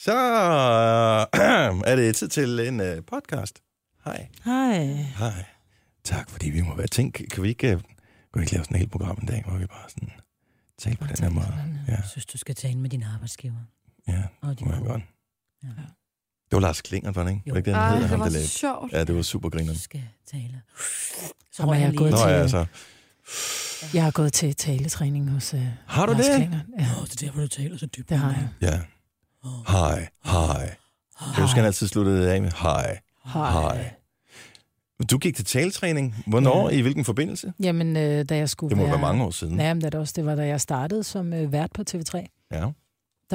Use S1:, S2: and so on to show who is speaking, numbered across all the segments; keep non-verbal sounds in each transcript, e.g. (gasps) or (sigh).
S1: Så er det tid til en øh, podcast. Hej.
S2: Hej.
S1: Hej. Tak, fordi vi må være tænk. Kan vi ikke, øh, kan vi ikke lave sådan et helt program en dag, hvor vi bare sådan taler på den her måde? Ja.
S2: Jeg synes, du skal tale med din arbejdsgiver.
S1: Ja,
S2: Og
S1: det
S2: din
S1: må jeg
S2: kone.
S1: godt.
S2: Ja.
S1: Det var Lars Klinger, var det ikke?
S2: Jo.
S1: Var det ikke, den
S3: Ej,
S1: hedder
S3: det
S1: ham,
S3: var
S1: der
S3: så
S1: lavede?
S3: sjovt.
S1: Ja, det var super
S2: Du
S1: grineren.
S2: skal tale. Så
S4: Ham er
S2: røg
S4: jeg
S2: lige
S4: gået
S2: ind.
S1: Nå
S4: til.
S1: ja, altså.
S4: Jeg har gået til taletræning hos uh,
S1: Har du
S4: Lars
S1: det?
S4: Klingeren. Ja,
S2: Åh, det er derfor, du taler så dybt.
S4: det har jeg.
S1: Ja. Hej, hej. Jeg husker, han altid sluttede det af med hej. Hej. Du gik til taltræning. Hvornår? I hvilken forbindelse?
S4: Jamen, øh, da jeg skulle
S1: Det må
S4: være...
S1: være mange år siden.
S4: Ja, men det, er da også, det var da jeg startede som øh, vært på TV3.
S1: Ja.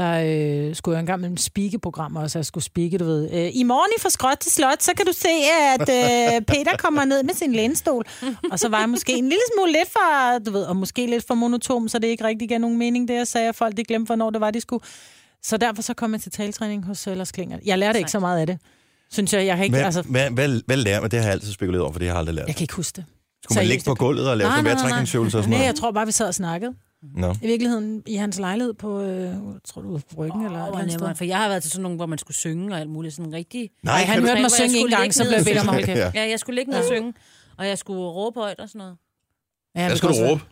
S4: Der øh, skulle jeg engang mellem speakeprogrammer også. Jeg skulle speake, du ved. Øh, I morgen i fra Skråt til Slot, så kan du se, at
S1: (laughs)
S4: øh, Peter kommer ned med sin lænestol. Og så var jeg måske en lille smule lidt for, du ved, og måske lidt for monotom, så det ikke rigtig gav nogen mening, det jeg sagde. og Folk de glemte, hvornår det var, de skulle. Så derfor så kom jeg til taltræning hos øh, Lars Klinger. Jeg lærte ikke så meget af det, synes jeg. Jeg, har ikke, altså,
S1: Hvad, hvad, hvad, hvad lærer man? Det har jeg altid spekuleret over, for det har jeg aldrig lært.
S4: jeg kan ikke huske det.
S1: Skulle man
S4: Seriøst,
S1: ligge på gulvet og lave
S4: Nej,
S1: sådan
S4: nej, nej, nej.
S1: vejrtrækningsøvelser og sådan
S4: Nej,
S1: noget?
S4: jeg tror bare, vi sad og snakkede.
S1: Nå.
S4: I virkeligheden i hans lejlighed på, øh, tror du, ryggen
S2: Åh,
S4: oh, eller et eller
S2: hvor
S4: andet sted.
S2: nemmere, for jeg har været til sådan nogle, hvor man skulle synge og alt muligt sådan rigtig.
S1: Nej,
S4: han
S1: kan du-
S4: hørte mig
S2: Hvor jeg
S4: synge en
S2: skulle
S4: gang,
S2: ligge
S4: så
S2: ned
S4: blev jeg
S2: og
S4: bedt om at
S2: synge.
S4: holde kæft.
S2: Ja, jeg skulle ligge ned og synge, og jeg skulle råbe højt og sådan noget.
S4: Ja,
S1: Hvad
S4: det
S1: skal
S4: kunne
S1: du
S4: også
S1: råbe?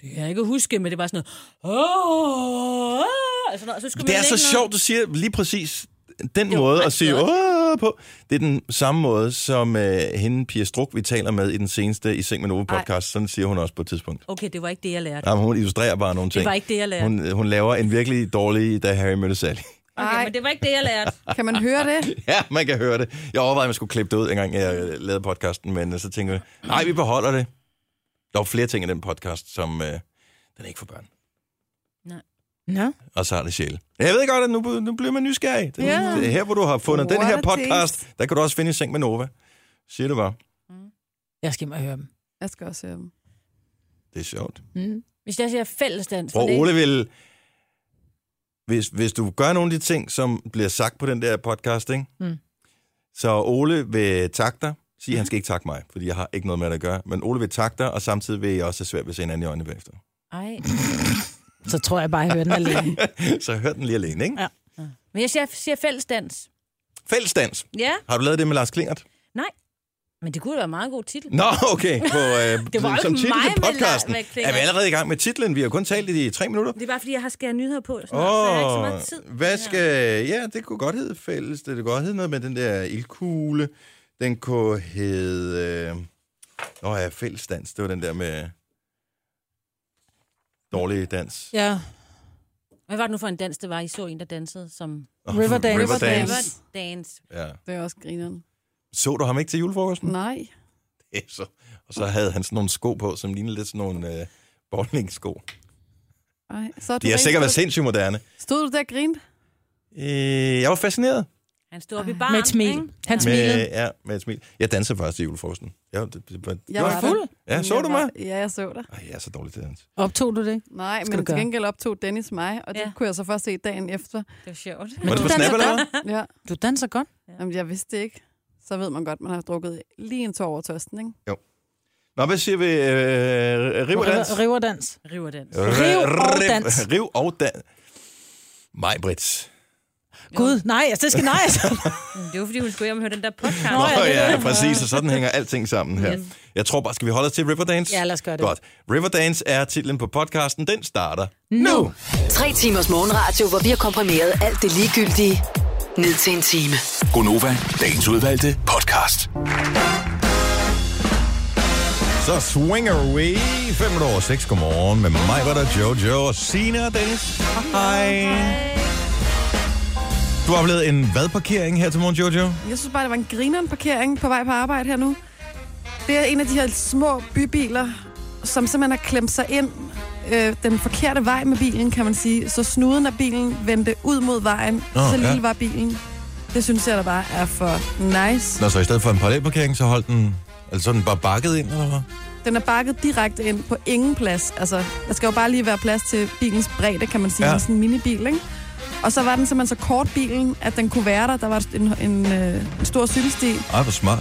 S2: Det kan jeg ikke huske, men det var sådan noget. Åh, åh, og sådan noget. Og så skulle
S1: Det
S2: man
S1: er så
S2: ligge ned.
S1: sjovt, du siger lige præcis den
S2: Jo,
S1: måde
S2: ej,
S1: at sige
S2: det er
S1: åh på. Det er den samme måde, som øh, hende Pia Struk, vi taler med i den seneste I Seng med Nova podcast. Sådan siger hun også på et tidspunkt.
S2: Okay, det var ikke det, jeg lærte.
S1: Jamen, hun illustrerer bare nogle ting.
S2: Det var ikke det, jeg lærte.
S1: Hun, hun laver en virkelig dårlig, da Harry mødte Sally. (laughs)
S2: Okay, men det var ikke det, jeg
S4: (laughs)
S2: lærte.
S3: Kan man høre det?
S1: ja, man kan høre det. Jeg overvejede, at man skulle klippe det ud, engang jeg øh, lavede podcasten, men øh, så tænkte jeg, nej, vi beholder det. Der var flere ting i den podcast, som øh, den er ikke for børn.
S4: Nå.
S1: og sarte sjæl. Jeg ved godt, at nu, nu bliver man nysgerrig. Det,
S3: Ja.
S1: det er her, hvor du har fundet den
S3: What
S1: her
S3: a
S1: podcast, der kan du også finde i seng med Nova. Siger du bare.
S4: Jeg skal hjem og høre dem.
S3: Jeg skal også øhm, høre dem.
S1: Det er sjovt.
S4: Mm.
S2: Hvis jeg siger fællesdans,
S1: Og
S2: det
S1: Ole vil... Hvis, hvis du gør nogle af de ting, som bliver sagt på den der podcast, ikke?
S4: Mm.
S1: så Ole vil takke dig. Sige, han skal ikke takke mig, fordi jeg har ikke noget med det at gøre. Men Ole vil takke dig, og samtidig vil jeg også have svært ved at se hinanden i øjnene bagefter.
S2: Ej.
S4: Så tror jeg bare, jeg
S2: (laughs)
S4: hører den alene.
S1: (laughs) så hør den lige alene, ikke? Ja.
S4: Ja.
S2: Men jeg siger, siger fællesdans.
S1: Fællesdans.
S2: Ja.
S1: Har du lavet det med Lars Klingert?
S2: Men det kunne da være en meget god titel.
S1: Nå, okay. På, øh,
S2: (laughs) Det var
S1: som
S2: ikke
S1: titel
S2: mig,
S1: til
S2: men lad-
S1: podcasten.
S2: hvad klinger?
S1: Er vi allerede i gang med titlen? Vi har kun talt i de tre minutter.
S2: Det er bare, fordi jeg har skæret nyheder på, sådan oh, så jeg har ikke så
S1: Åh,
S2: meget tid.
S1: hvad skal... Ja, det kunne godt hedde fælles. Det kunne godt hedde noget med den der ildkugle. Den kunne hedde... øh, Nå øh... oh, ja, fællesdans. Det var den der med dårlig dans.
S4: ja.
S2: Hvad var det nu for en dans, det var? I så en, der dansede som...
S1: Åh,
S4: Riverdance.
S1: Riverdance.
S2: Dance.
S1: Ja.
S3: Det er også grineren.
S1: Så du ham ikke til julefrokosten?
S3: Nej.
S1: (laughs) Ja, så. Og så havde han sådan nogle sko på, som lignede lidt sådan nogle øh, bowlingsko.
S3: Ej, så er du
S1: De har
S3: rent
S1: sikkert været
S3: stået-
S1: sindssygt moderne.
S3: Stod du der og grinte?
S1: Øh, jeg var fascineret.
S2: Han stod oppe i baren,
S4: Med et smil.
S2: ikke?
S4: Han smilede.
S1: Med, ja, med et smil. Jeg dansede faktisk til julefrokosten. Ja, det, det, det,
S3: Jeg var fuld.
S1: ja så
S3: jeg
S1: du
S3: var-
S1: mig?
S3: Ja, jeg så dig.
S1: Ej, jeg er så dårlig til at danse.
S4: Optog du det?
S3: Nej,
S4: Skal
S3: men
S4: du
S3: til
S4: gøre?
S3: gengæld optog Dennis mig, og det
S2: Ja.
S3: kunne jeg så først se dagen efter.
S2: Det var sjovt.
S1: Var det
S4: du
S1: på Snap
S4: danser
S1: eller hvad?
S3: Ja.
S4: Du danser godt.
S3: Jamen, jeg vidste det ikke. Så ved man godt, man har drukket lige en tår over tørsten, ikke?
S1: Nå, hvad siger vi? Øh, riv og
S4: Riverdans.
S1: dans?
S2: River dans.
S4: riv og dans.
S1: Riv og dans. Mig, Brits.
S4: Gud, nej, altså, det skal nej.
S2: (laughs)
S4: Altså.
S2: Men Det var, fordi hun skulle hjem og høre den der podcast.
S1: Nå,
S4: Nå, ja, det er
S1: ja,
S4: det.
S1: præcis. Og sådan hænger alting sammen her. Jeg tror bare, skal vi holde os til Riverdance?
S4: Ja, lad os gøre det.
S1: Godt. Riverdance er titlen på podcasten. Den starter nu.
S4: Nu.
S5: Tre timers morgenradio, hvor vi har komprimeret alt det ligegyldige ned til en time.
S6: Gonova, dagens udvalgte podcast.
S1: Så swinger we. 5 over 6. Godmorgen med mig, var der Jojo og Sina og Dennis. Hej. Du har oplevet en vadparkering her til morgen, Jojo?
S3: Jeg synes bare, det var en grineren parkering på vej på arbejde her nu. Det er en af de her små bybiler, som simpelthen har klemt sig ind øh, den forkerte vej med bilen, kan man sige. Så snuden af bilen vendte ud mod vejen,
S1: Nå,
S3: oh, så
S1: ja.
S3: lille var bilen. Det synes jeg da bare er for nice.
S1: Nå, så i stedet for en parallelparkering, så holdt den... Altså sådan bare bakket ind, eller hvad?
S3: Den er bakket direkte ind på ingen plads. Altså, der skal jo bare lige være plads til bilens bredde, kan man sige.
S1: Ja.
S3: Ja. Sådan en minibil, ikke? Og så var den simpelthen så kort bilen, at den kunne være der. Der var en, en, øh, en stor cykelsti.
S1: Ej, hvor smart.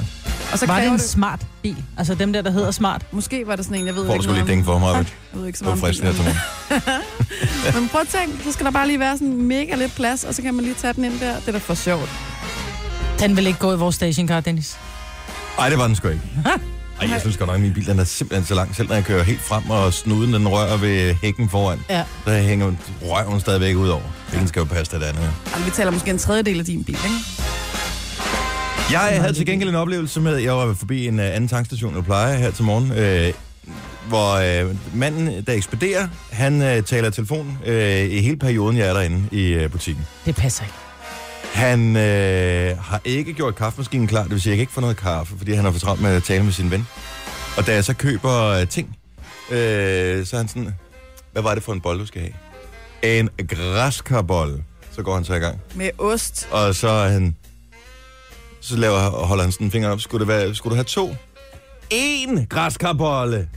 S3: Og så
S4: Var det
S3: kræver
S4: en
S3: det,
S4: smart bil? Altså dem der, der hedder smart.
S3: måske var der sådan en, jeg ved
S1: Får du
S3: ikke
S1: sgu lige
S3: noget om-
S1: dænge for mig,
S3: Tak. Jeg ved ikke så
S1: Det var
S3: meget om
S1: fristende her til
S3: biler.
S1: morgen.
S3: (laughs) Men prøv at tænke, så skal der bare lige være sådan mega lidt plads, og så kan man lige tage den ind der. Det er da for sjovt.
S4: Den vil ikke gå i vores stationcar, Dennis.
S1: Ej, det var den sgu ikke. Ej, jeg synes godt nok, at min bil den er simpelthen så lang. Selv når jeg kører helt frem, og snuden den rører ved hækken foran,
S4: Ja.
S1: så hænger røven stadigvæk ud over. Den skal jo passe det andet.
S3: Altså, vi taler måske en tredjedel af din bil, ikke?
S1: Jeg havde til gengæld en oplevelse med, jeg var forbi en uh, anden tankstation, jeg plejer her til morgen, øh, hvor øh, manden, der ekspederer, han øh, taler i telefon øh, i hele perioden, jeg er derinde i øh, butikken.
S4: Det passer ikke.
S1: Han øh, har ikke gjort kaffemaskinen klar, det vil sige, jeg kan ikke få noget kaffe, fordi han har for travlt med at tale med sin ven. Og da jeg så køber øh, ting, øh, så er han sådan, hvad var det for en bolle, du skal have? En græskarbolle. Så går han så i gang.
S3: Med ost.
S1: Og så er han... Så laver, holder han sådan en finger op. Skulle, det være, skulle du have to? En græskarbolle,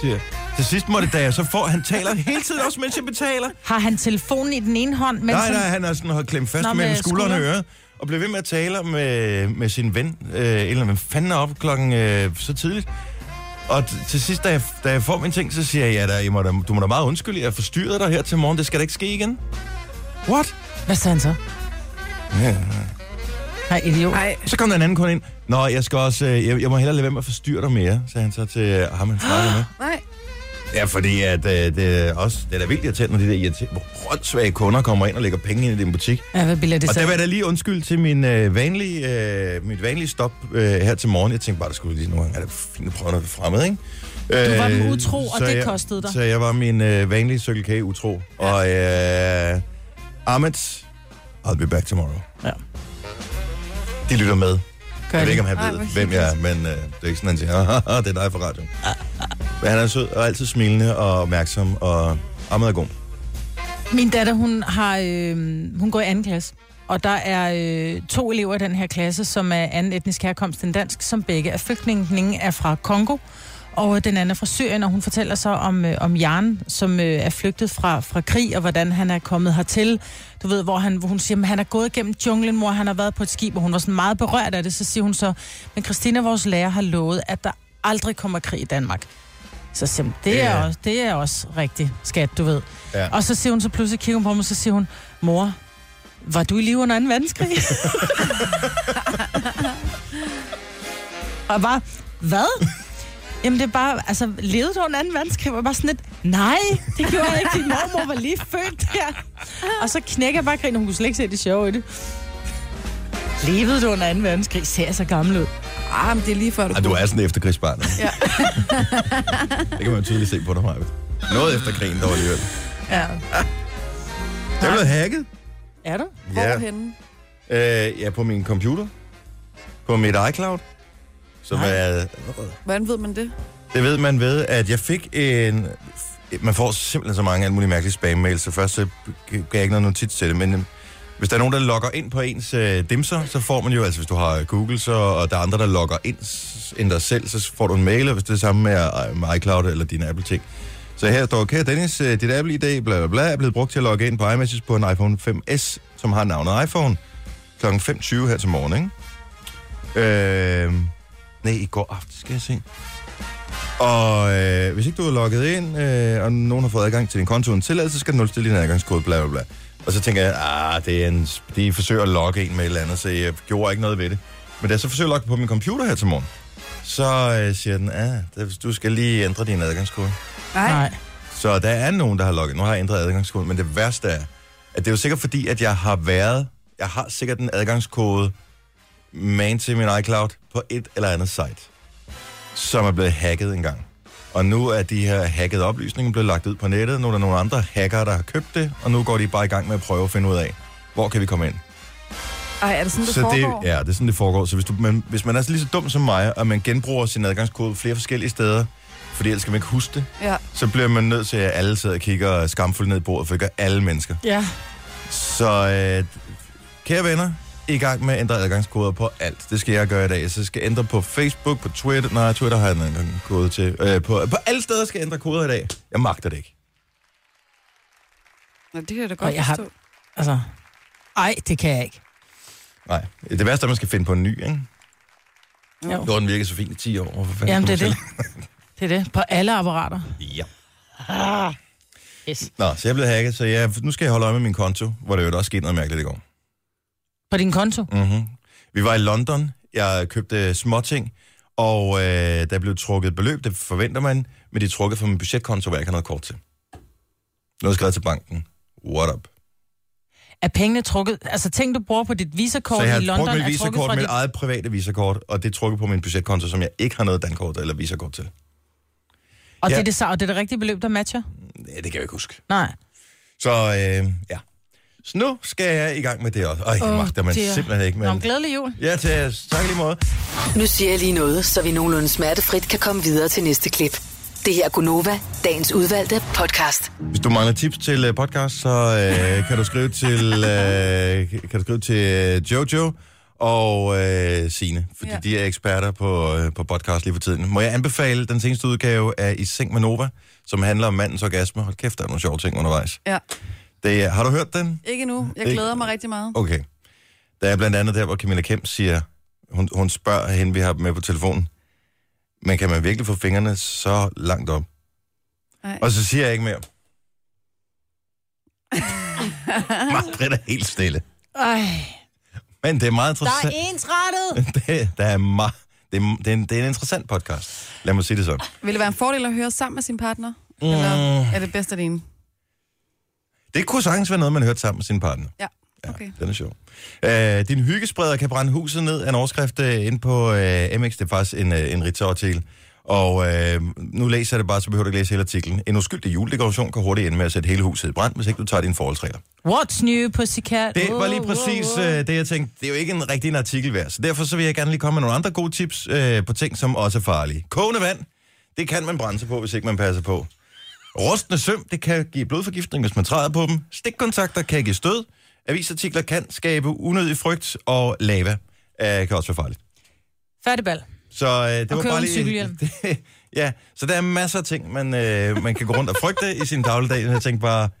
S1: siger jeg. Til sidst må det da, jeg så får... Han taler hele tiden også, mens jeg betaler.
S4: Har han telefonen i den ene hånd, mens
S1: Nej, nej,
S4: han...
S1: han er sådan har klemt fast
S4: Nå,
S1: Nå,
S4: med
S1: mellem skuldrene og
S4: skulderen.
S1: øret, og blev ved med at tale med, med sin ven, øh, eller hvem fanden er op klokken øh, så tidligt. Og t- til sidst, da jeg, da jeg får mine ting, så siger jeg, ja, da, jeg må da, du må da meget undskylde, jeg forstyrrede dig her til morgen, det skal da ikke ske igen. What?
S4: Hvad sagde han så?
S1: Ja.
S4: Nej, idiot.
S3: Nej,
S1: Så kom der en anden
S2: (gasps)
S1: kunde ind. Nå, jeg skal også, øh, jeg, jeg må hellere lade være med at forstyrre dig mere, sagde han så til øh, ham, han
S4: Ah.
S1: snakkede med.
S3: nej.
S1: Ja, fordi at, øh, det, er også, det er da vildt irriterende, når de der irriterende, røndsvage kunder kommer ind og lægger penge ind i din butik.
S4: Ja, hvad bilder det
S1: Og der
S4: så?
S1: var der lige undskyld til min, øh, vanlige, øh, mit vanlige stop øh, her til morgen. Jeg tænkte bare, det skulle lige nogle gange, er det fint at prøve noget fremmed, ikke?
S4: Du var dem
S1: Øh,
S4: utro, og
S1: så
S4: det
S1: jeg-
S4: kostede dig.
S1: Så jeg var min øh, vanlige Circle K utro. Og øh, Ahmed, I'll be back tomorrow.
S4: Ja.
S1: De lytter med.
S4: Gør
S1: Jeg ved
S4: det.
S1: ikke, om han
S3: Ej,
S1: ved,
S3: hvor
S1: hvem jeg er, men øh, det er ikke sådan, han siger, "Haha, det er dig fra radioen. Men han er sød og altid smilende og opmærksom, og Ahmed er god.
S4: Min datter, hun, har, øh, hun går i anden klasse. Og der er øh, to elever i den her klasse, som er anden etnisk herkomst end dansk, som begge er flygtninge. Den ene er fra Kongo, og øh, den anden er fra Syrien, og hun fortæller så om, øh, om Jan, som øh, er flygtet fra, fra krig, og hvordan han er kommet hertil. Du ved, hvor, han, hvor hun siger, at han er gået gennem junglen, mor, han har været på et skib, og hun var sådan meget berørt af det. Så siger hun så, men Christina, vores lærer, har lovet, at der aldrig kommer krig i Danmark. Så siger hun, det er,
S1: Ja.
S4: også, det er også rigtigt, skat, du ved.
S1: Ja.
S4: Og så siger hun så pludselig, kigger hun på mig, og så siger hun, mor, var du i live under 2. verdenskrig?
S1: (laughs)
S4: og jeg bare, hvad? Jamen det er bare, altså, levede du under 2. verdenskrig? Og bare sådan lidt, nej, det gjorde jeg ikke, din mormor var lige født der. Og så knækker jeg bare grin, hun kunne slet ikke se det sjove i det. Levede du under 2. verdenskrig? Ser jeg så gammel ud?
S3: Ah, men det er lige før, du...
S1: Ah, du er sådan et efterkrigsbarn. ikke?
S3: Ja.
S1: (laughs) det kan man jo tydeligt se på dig, Marvitt. Noget efter krigen, dog alligevel.
S4: Ja.
S1: Jeg blev hacket.
S4: Er du?
S3: Hvorhenne?
S1: Øh, ja, på min computer. På mit iCloud. Som
S4: Nej.
S1: er,
S3: Hvordan ved man det?
S1: det ved man ved, at jeg fik en... Man får simpelthen så mange alt mulige mærkelige spam-mails, så først så gav jeg ikke noget notits til det, men øhm, hvis der er nogen, der logger ind på ens øh, dimser, så får man jo, altså hvis du har Google, så, og der er andre, der logger ind s- end dig selv, så får du en mail, og hvis det er samme med, øh, med iCloud eller dine Apple-ting. Så her står, kære Dennis, øh, dit Apple-ID, bla bla bla, er blevet brugt til at logge ind på iMessage på en iPhone 5S, som har navnet iPhone, kl. 5.20 her til morgen, ikke? Øh, nej, i går aften, skal jeg se. Og øh, hvis ikke du er logget ind, øh, og nogen har fået adgang til din konto uden tilladelse, så skal du nulstille din adgangskode, bla bla bla. Og så tænker jeg, ah, det er en, de forsøger at logge en med et eller andet, så jeg gjorde ikke noget ved det. Men da jeg så forsøger at logge på min computer her til morgen, så øh, siger den, ah, det- du skal lige ændre din adgangskode.
S4: Nej.
S1: Så der er nogen, der har logget. Nu har jeg ændret adgangskoden, men det værste er, at det er jo sikkert fordi, at jeg har været, jeg har sikkert en adgangskode man til min iCloud på et eller andet site, som er blevet hacket engang. Og nu er de her hackede oplysninger blevet lagt ud på nettet. Nu er der nogle andre hackere, der har købt det, og nu går de bare i gang med at prøve at finde ud af, hvor kan vi komme ind.
S3: Ej, er det sådan, det
S1: Så det,
S3: foregår?
S1: ja, det er sådan, det foregår. Så hvis, du, man, hvis man er lige så dum som mig, og man genbruger sin adgangskode flere forskellige steder, fordi ellers kan man ikke huske det,
S3: ja.
S1: så bliver man nødt til, at alle sidder og kigger skamfuldt ned i bordet, for det gør alle mennesker.
S4: Ja.
S1: Så øh, kære venner, i gang med at ændre adgangskoder på alt. Det skal jeg gøre i dag. Så skal jeg ændre på Facebook, på Twitter. Nej, Twitter har jeg en anden kode til. Øh, på, på alle steder skal jeg ændre koder i dag. Jeg magter det ikke.
S3: Nå, det kan jeg da
S4: Og
S3: godt
S4: jeg har-
S3: forstå.
S4: Altså, ej, det kan jeg ikke.
S1: Nej. Det værste er, at man skal finde på en ny, ikke?
S4: Jo.
S1: Lorten virkede så fint i 10 år. Hvorfor fanden
S4: Jamen, det
S1: skulle
S4: er det.
S1: man
S4: Det er det. På alle apparater.
S1: selv? Ja.
S4: Ah. Yes.
S1: Nå, så jeg blev hacket, så jeg, nu skal jeg holde øje med min konto, hvor det jo også skete noget mærkeligt i går.
S4: På din konto.
S1: Mm-hmm. Vi var i London, jeg købte småting, og øh, der blev trukket et beløb, det forventer man, men de er trukket fra min budgetkonto, hvor jeg ikke har noget kort til. Nu har jeg skrevet til banken. What up?
S4: Er pengene trukket... Altså, ting, du bruger på dit visakort
S1: så jeg
S4: i
S1: har
S4: London,
S1: brugt mit
S4: er trukket
S1: visakort,
S4: fra
S1: mit
S4: dit...
S1: dit... eget private visakort, og det er trukket på min budgetkonto, som jeg ikke har noget dankort eller visakort til.
S4: Og,
S1: Ja.
S4: det er det, sa- og det er det rigtige beløb, der matcher?
S1: Ja, det kan jeg ikke huske.
S4: Nej.
S1: Så øh, ja. Så nu skal jeg i gang med det også. Ej, oh, magter man
S4: dear.
S1: simpelthen ikke.
S4: Nå, men
S1: Men...
S4: glædelig jul.
S1: Ja, til jeres. Tak i lige måde.
S5: Nu siger jeg lige noget, så vi nogenlunde smertefrit kan komme videre til næste klip. Det her er Gunova, dagens udvalgte podcast.
S1: Hvis du mangler tips til øh, podcast, så øh, kan du skrive til øh, kan du skrive til øh, Jojo og øh, Sine, fordi ja.
S3: Ja.
S1: de er eksperter på, øh, på podcast lige for tiden. Må jeg anbefale den seneste udgave af I Seng med Nova, som handler om mandens orgasme. Hold kæft, der er nogle sjove ting undervejs.
S3: Ja,
S1: Det, er- har du hørt den?
S3: ikke nu. Jeg
S1: Ikke-
S3: glæder mig rigtig meget.
S1: Okay. Der er blandt andet der, hvor Camilla Kemp siger, hun, hun spørger hende, vi har med på telefonen, men kan man virkelig få fingrene så langt op?
S3: Ej.
S1: Og så siger jeg ikke
S4: (laughs)
S1: mere. Margrit er helt stille.
S4: Ej,
S1: Men det er meget
S4: der er
S1: interessant.
S4: ensrettet.
S1: (laughs) Det, der er meget... Det er, det, er en, det er en interessant podcast. Lad mig sige det så. Mm.
S3: Vil det være en fordel at høre sammen med sin partner? Eller er det bedst alene?
S1: Det kunne sagtens være noget, man hørte sammen med sin partner.
S3: Ja, okay.
S1: Den er sjov. Øh, din hyggespreder kan brænde huset ned er en overskrift øh, inde på øh, MX. Det er faktisk en, øh, en ritartil. Og øh, nu læser jeg det bare, så behøver du ikke læse hele artiklen. En uskyldig juledekoration kan hurtigt ende med at sætte hele huset i brand, hvis ikke du tager dine forholdsregler.
S4: What's new, pussycat?
S1: Det var lige
S4: Wow, wow,
S1: præcis
S4: wow.
S1: øh, det, jeg tænkte. Det er jo ikke en rigtig en artikel værd, så derfor så vil jeg gerne lige komme med nogle andre gode tips øh, på ting, som også er farlige. Kogende vand, det kan man brænde sig på, hvis ikke man passer på. Rustende søm, det kan give blodforgiftning, hvis man træder på dem. Stikkontakter kan give stød. Avisartikler kan skabe unødig frygt, og lava øh, kan også være farligt.
S4: Fattigbal.
S1: Så øh, det
S4: Og
S1: var
S4: købe
S1: bare
S4: en
S1: lige...
S4: cykelhjelm.
S1: Det, ja, så der er masser af ting, man, øh, man kan gå rundt og frygte i sin dagligdag. Jeg tænkte bare... (laughs)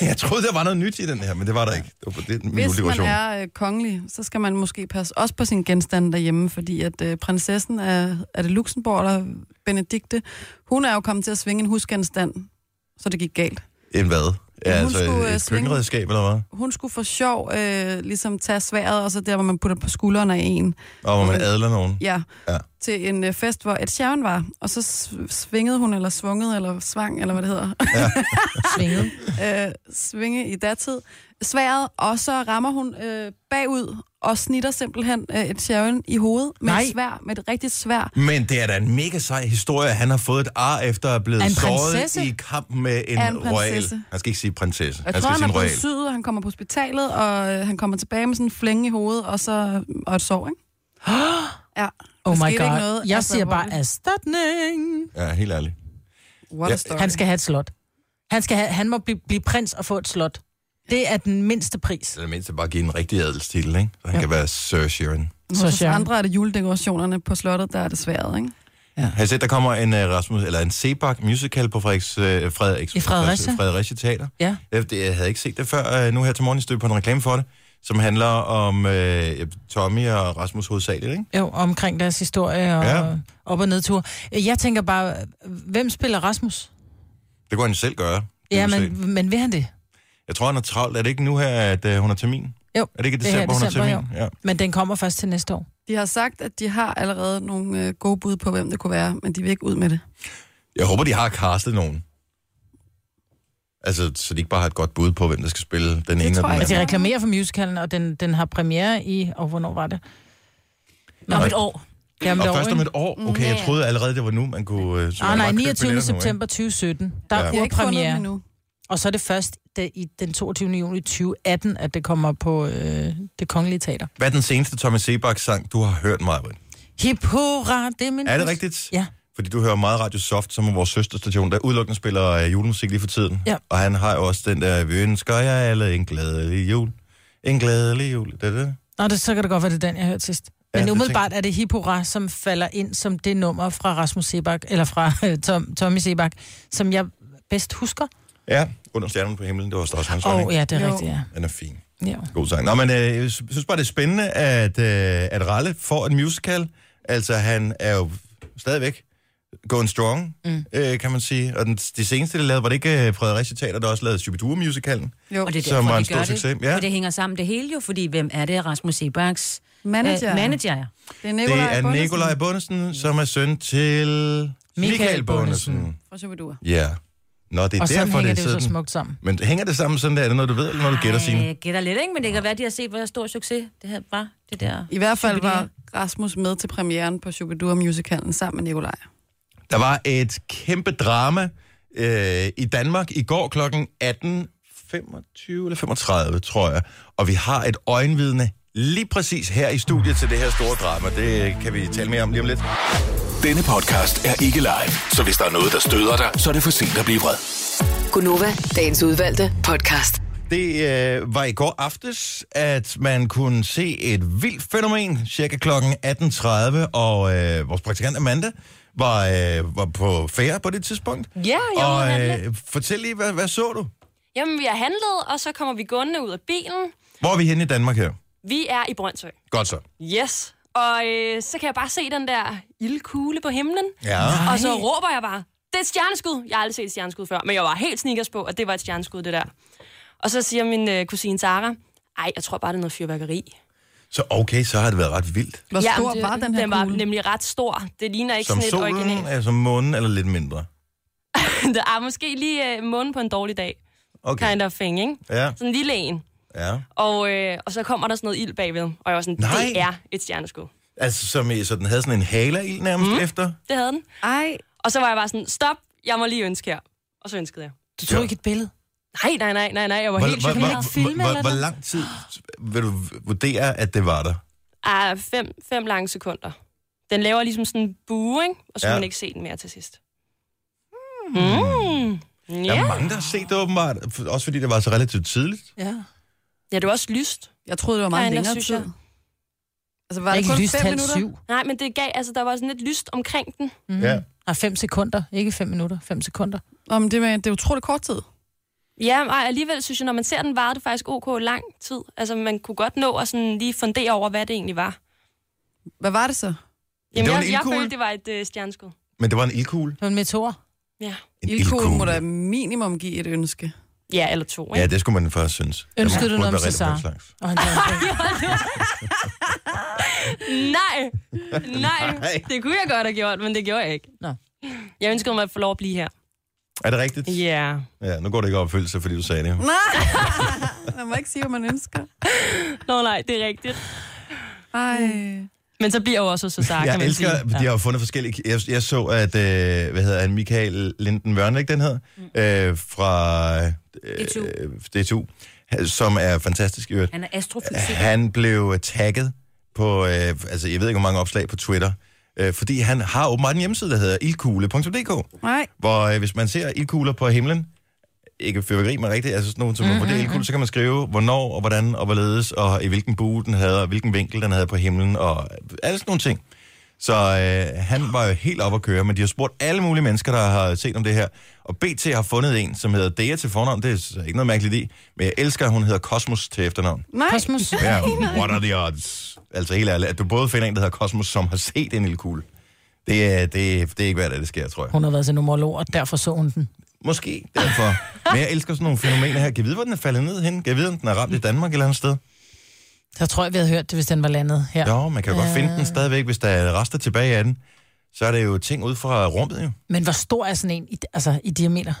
S1: Jeg troede, der var noget nyt i den her, men det var der ikke. Det var, det, er min
S3: Hvis man
S1: juledekoration.
S3: er øh, kongelig, så skal man måske passe også på sin genstand derhjemme, fordi at øh, prinsessen er, er det Luxembourg eller Benedikte, hun er jo kommet til at svinge en husgenstand, så det gik galt.
S1: En hvad? Ja,
S3: Hun
S1: altså
S3: skulle, øh,
S1: et
S3: svinge-
S1: køkkenredskab, eller hvad?
S3: Hun skulle for sjov øh, ligesom tage sværet, og så der, hvor man putter på skuldrene af en,
S1: Og hvor man adler nogen.
S3: ja,
S1: Ja.
S3: ja. til en øh, fest, hvor Ed Sheeran var, og så sv- svingede hun, eller svunget, eller svang, eller hvad det hedder, (laughs)
S4: Svinget.
S3: øh, svinge i datid, sværet, og så rammer hun øh, bagud og snitter simpelthen øh, et sjævn i hovedet med
S4: Nej.
S3: et svær, med et rigtigt svær.
S1: Men det er da en mega sej historie, at han har fået et ar efter at have blevet
S4: Af en
S1: såret
S4: prinsesse?
S1: i kamp med en,
S3: Af en prinsesse.
S1: royal. Han skal ikke sige prinsesse.
S3: Jeg
S1: han skal
S3: tror, han er
S1: sige en
S3: blevet
S1: royal.
S3: syet, og han kommer på hospitalet, og øh, han kommer tilbage med sådan en flænge i hovedet, og så og et sår, ikke? (gasps) Ja.
S4: Oh
S3: Der
S4: my
S3: skete
S4: god.
S3: ikke noget,
S4: jeg
S3: altså,
S4: siger
S3: hvor-
S4: bare erstatning.
S1: Ja, helt ærligt.
S3: What
S1: Ja,
S3: a story.
S4: Han skal have et slot. Han, skal have, han må blive, blive prins og få et slot. Det er den mindste pris.
S1: Så er det mindste bare at give en rigtig adelstitel, ikke? Så han kan være Sir Sheeran.
S4: Så
S3: Hos os
S4: sjovt.
S3: andre er det juledekorationerne på slottet, der er det sværet, ikke?
S1: Har I set, der kommer en uh, Rasmus, eller en Sebak musical på Frederiks, uh, Frederiks,
S4: I Fredericia?
S1: Fredericia Teater?
S4: Ja.
S1: Jeg, det- jeg havde ikke set det før. Uh, nu her til morgen, jeg stødte på en reklame for det, som handler om uh, Tommy og Rasmus hovedsageligt, ikke?
S4: Jo, omkring deres historie og
S1: Ja.
S4: ja. op- og nedtur. Jeg tænker bare, hvem spiller Rasmus?
S1: Det kunne han selv gøre. Det
S4: Ja,
S1: er museet.
S4: men, men vil han det?
S1: Jeg tror, han er travlt. Er det ikke nu her, at øh, hun har termin?
S4: Jo,
S1: Er det ikke i
S4: det er her i
S1: december, hun har
S4: december,
S1: termin? Ja.
S4: men den kommer først til næste år.
S3: De har sagt, at de har allerede nogle øh, gode bud på, hvem det kunne være, men de vil ikke ud med det.
S1: Jeg håber, de har castet nogen. Altså, så de ikke bare har et godt bud på, hvem der skal spille den ene
S3: tror
S1: og den
S3: jeg
S4: Og
S1: anden.
S4: Altså, de reklamerer for musicalen, og den, den har premiere i, og hvornår var det?
S2: Om et år.
S4: Jamen,
S1: Og først om et år? Okay, jeg troede allerede, det var nu, man kunne... Øh, så
S4: Ah,
S1: man
S4: nej,
S1: bare købe
S4: 29.
S1: billetter nu, ikke?
S4: september 2017. Der
S1: Ja.
S4: er
S3: De har ikke fundet dem
S4: urpremiere.
S3: endnu.
S4: Og så er det først det, i den 22. juni 2018, at det kommer på øh, det kongelige teater.
S1: Hvad er den seneste Thomas Sebak-sang, du har hørt mig?
S4: Hip hurra, det er min
S1: Er det
S4: hus.
S1: rigtigt?
S4: Ja.
S1: Fordi du hører meget Radio Soft, som er vores søsterstation, der udelukkende spiller øh, julemusik lige for tiden.
S4: Ja.
S1: Og han har jo også den der, vi ønsker jer alle en glædelig jul. En glædelig jul. Det er det.
S4: Nå, det, så kan det godt være, det er den, jeg hørte sidst. Men
S1: det
S4: ja, umiddelbart er det Hip Hurra, som falder ind som det nummer fra Rasmus Sebak, eller fra øh, Tom, Tommy Sebak, som jeg bedst husker.
S1: Ja, under stjernen på himlen, det var også hans
S4: Åh,
S1: holdning.
S4: oh, ja, det er
S3: Jo.
S4: rigtigt, ja.
S1: Den er fin.
S4: Ja.
S1: God sang. Nå, men øh, jeg synes bare, det er spændende, at, øh, at Ralle får en musical. Altså, han er jo stadigvæk going strong, mm. øh, kan man sige. Og den, de seneste, der lavede, var det ikke øh, Fredericia Teater, der også lavede Shubidua-musicalen?
S3: Jo.
S2: Og det er
S1: Som
S2: derfor,
S1: var en
S2: de
S1: stor
S2: gør
S1: succes,
S2: det.
S1: ja.
S2: Og det hænger sammen det hele jo, fordi hvem er det, Rasmus Sebaks
S3: Manager.
S2: Øh, manager, ja.
S3: Det er
S1: Det
S3: Nikolaj
S1: er
S3: Bundesen
S1: Nikolaj Bundesen, som er søn til Michael Bundesen.
S4: Bundesen.
S3: Fra Shubidua.
S1: Ja. Nå, det er
S4: Og sådan
S1: derfor,
S4: hænger det
S1: det er
S4: jo
S1: sådan.
S4: så smukt sammen.
S1: Men hænger det sammen sådan der, er det noget, du ved, eller når du gætter,
S2: Ej,
S1: Signe?
S2: jeg Øh, gætter lidt, ikke? Men det kan være, de har set, hvor stor succes det her var. Det der.
S3: I hvert fald
S2: Shubidua.
S3: var Rasmus med til premieren på Shubidua musicalen sammen med Nikolaj.
S1: Der var et kæmpe drama øh, i Danmark i går klokken 18.25 eller 35, tror jeg. Og vi har et øjenvidne lige præcis her i studiet til det her store drama. Det kan vi tale mere om lige om lidt.
S6: Denne podcast er ikke live, så hvis der er noget, der støder dig, så er det for sent at blive vred.
S5: Gunova, dagens udvalgte podcast.
S1: Det øh, var i går aftes, at man kunne se et vildt fænomen, cirka klokken 18.30, og øh, vores praktikant Amanda var, øh, var på færre på det tidspunkt.
S7: Ja, jeg var
S1: Og
S7: handle.
S1: øh, fortæl lige, hvad, hvad så du?
S7: Jamen, vi har handlet, og så kommer vi gående ud af bilen.
S1: Hvor er vi henne i Danmark her?
S7: Vi er i Brøndshøj.
S1: Godt så.
S7: Yes. Og øh, så kan jeg bare se den der ildkugle på himlen.
S1: Ja.
S7: Og så råber jeg bare, det er et stjerneskud. Jeg har aldrig set et stjerneskud før, men jeg var helt sneakers på, at det var et stjerneskud, det der. Og så siger min øh, kusine Sara, ej, jeg tror bare, det er noget fyrværkeri.
S1: Så okay, så har det været ret vildt.
S3: Hvor
S7: Ja,
S3: stor
S7: men
S3: var den her
S7: Den var
S3: kugle?
S7: nemlig ret stor. Det ligner ikke
S1: Som
S7: sådan et
S1: solen,
S7: original.
S1: altså månen, eller lidt mindre.
S7: (laughs) Det er måske lige øh, månen på en dårlig dag.
S1: Okay.
S7: Kind of thing, ikke?
S1: Ja,
S7: Sådan en lille en.
S1: ja.
S7: Og, øh, og så kommer der sådan noget ild bagved. Og jeg var sådan,
S1: Nej.
S7: det er et stjerneskud.
S1: Altså, som, i- så den havde sådan en halerild nærmest mm. efter.
S7: Det havde den.
S3: Ej,
S7: Og så var jeg bare sådan, stop, jeg må lige ønske her. Og så ønskede jeg.
S4: Du tog ikke et billede.
S7: Nej, nej, nej, nej, nej, jeg var
S1: Hvor,
S7: helt
S1: hvor,
S7: chokeret.
S1: hvor,
S4: filme,
S1: hvor, hvor,
S4: eller
S1: hvor
S4: hvad?
S1: lang tid vil du vurdere, at det var der?
S7: Ah, fem, fem lange sekunder. Den laver ligesom sådan en bue, ikke? Og så
S1: Ja.
S7: ja. man ikke se den mere til sidst.
S3: Hmm.
S7: Mm.
S1: Der er
S7: Ja.
S1: mange, der har set det åbenbart. f- Også fordi det var så relativt tidligt.
S4: Ja.
S7: ja, det var også lyst.
S3: jeg troede, det var meget
S7: Ej, nå,
S3: længere
S7: synes
S3: tid.
S7: jeg.
S3: Altså, var det kun fem minutter?
S4: syv.
S7: Nej, men det gav, altså der var sådan lidt lyst omkring den.
S1: Mm. Ja.
S4: Nej, Mhm. fem sekunder. Ikke fem minutter. Fem sekunder.
S3: Om det, med, det er utroligt kort tid.
S7: Ja, og alligevel synes jeg, når man ser den, varede det faktisk ok lang tid. Altså man kunne godt nå at sådan lige fundere over, hvad det egentlig var.
S3: Hvad var det så?
S7: Jamen,
S1: Det var en
S7: jeg, jeg
S1: ildkugle.
S7: følte, det var et øh, stjerneskud.
S1: Men det var en ildkugle.
S4: Det var en meteor.
S7: Ja.
S1: En
S3: Ildkuglen må da minimum give et ønske.
S7: Oh, ja, eller to, ikke?
S1: Ja, det skulle man først synes.
S4: Ønskede
S1: Der
S4: du
S1: burde
S4: noget om
S1: være regler på den
S4: Cæsar?
S1: slags.
S4: Og han lavede en-
S7: Nej, nej,
S1: Nej.
S7: det kunne jeg godt have gjort, men det gjorde jeg ikke.
S4: Nå.
S7: Jeg ønskede mig at få lov at blive her.
S1: Er det rigtigt?
S7: Ja. Yeah.
S1: Ja, nu går det ikke i opfyldelse, fordi du sagde det.
S7: (laughs)
S3: Nej! Man må ikke sige, hvad man ønsker.
S7: Nå nej, det er rigtigt.
S3: Ej.
S7: Men så bliver jeg jo også så sagt, kan
S1: Jeg
S7: man
S1: elsker,
S7: sige.
S1: de har jo fundet forskellige... Jeg, jeg så, at... Øh, hvad hedder han? Michael Linden Wørn, ikke den hed?
S7: Mm.
S1: Øh, fra...
S2: DTU.
S1: Øh, DTU. Som er fantastisk i øvrigt.
S2: Han er astrofysik.
S1: Han blev tagget på... Øh, altså, jeg ved ikke, hvor mange opslag på Twitter. Øh, fordi han har åbenbart en hjemmeside, der hedder ildkugle.dk.
S3: Nej.
S1: hvor øh, hvis man ser ildkugler på himlen, ikke fyrværkeri, men rigtigt, altså sådan nogle, som mm, mm, ildkugler, så kan man skrive, hvornår og hvordan og hvorledes, og i hvilken bue den havde, og hvilken vinkel den havde på himlen, og alle sådan nogle ting. Så øh, han var jo helt op at køre, men de har spurgt alle mulige mennesker, der har set om det her. Og BT har fundet en, som hedder Dea til fornavn. Det er så ikke noget mærkeligt i. Men jeg elsker, at hun hedder Cosmos til efternavn.
S3: (laughs) Nej.
S4: Kosmos.
S1: Ja, what are the odds? Altså helt ærligt, at du både finder en, der hedder Cosmos, som har set en lille kugle. Det er, det, er- det er ikke hvad det sker, tror jeg.
S4: Hun har været til numerolog, og derfor så hun den.
S1: Måske derfor. Men jeg elsker sådan nogle fænomener her. Kan jeg vide, hvor den er faldet ned hen? Kan jeg vide, om den er ramt i Danmark eller andet sted?
S4: Så tror jeg, vi havde hørt det, hvis den var landet her. Øh,
S1: Jo, man kan jo godt finde den stadigvæk, hvis der er rester tilbage af den. Så er det jo ting ud fra rummet, jo.
S4: Men hvor stor er sådan en i, altså, i diameter?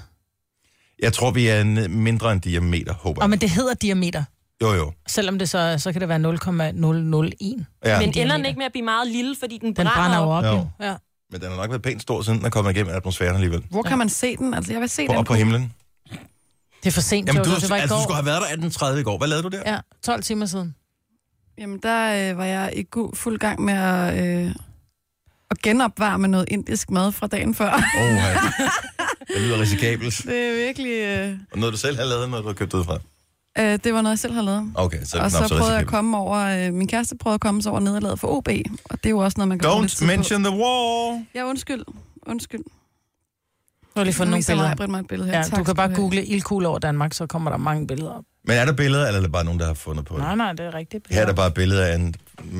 S1: Jeg tror, vi er en- mindre end diameter, håber
S4: Og
S1: jeg.
S4: men det hedder diameter.
S1: Jo, jo.
S4: Selvom det så, så kan det være 0,001.
S1: Ja.
S7: Men ender den
S4: diameter.
S7: ikke med at blive meget lille, fordi den
S4: Den
S7: brænder,
S4: brænder jo op,
S1: Jo.
S4: jo. Ja.
S1: Men den har nok været pænt stor, siden den er kommet igennem atmosfæren alligevel.
S3: Hvor kan man se den? Altså, jeg vil se
S1: På,
S3: den.
S1: op på himlen.
S4: Det er for sent,
S1: Jamen,
S4: Jamen,
S1: du,
S4: Jojo. Det var i
S1: altså, du skulle
S4: går.
S1: have været der 18.30 i går. Hvad lavede du der?
S4: Ja, 12 timer siden.
S3: Jamen, der øh, var jeg i god fuld gang med at, øh, at genopvarme noget indisk mad fra dagen før.
S1: Åh, oh, ja. Det lyder risikabelt.
S3: (laughs) Det er virkelig... Øh,
S1: Og noget, du selv har lavet, noget du har købt ud fra.
S3: øh, det var noget, jeg selv havde lavet.
S1: Okay, så,
S3: Og
S1: nå,
S3: så prøvede jeg at
S1: risikabelt.
S3: komme over... Øh, min kæreste prøvede at komme sig over nederlaget for OB, og det er jo også noget, man kan bruge lidt tid
S1: Don't
S3: på.
S1: mention the war.
S3: Ja, undskyld. Undskyld.
S4: Nu har jeg lige fundet
S3: Nu
S4: nogle
S3: viser
S4: billeder.
S3: Maj-Britt mig et billede her.
S4: Ja,
S3: Tak
S4: du
S3: skal
S4: kan bare
S3: have.
S4: google ildkugle over Danmark, så kommer der mange billeder op.
S1: Men er der billeder, eller er det bare nogen, der har fundet på det?
S4: Nej, nej, det er rigtigt.
S1: Her er der bare billeder af en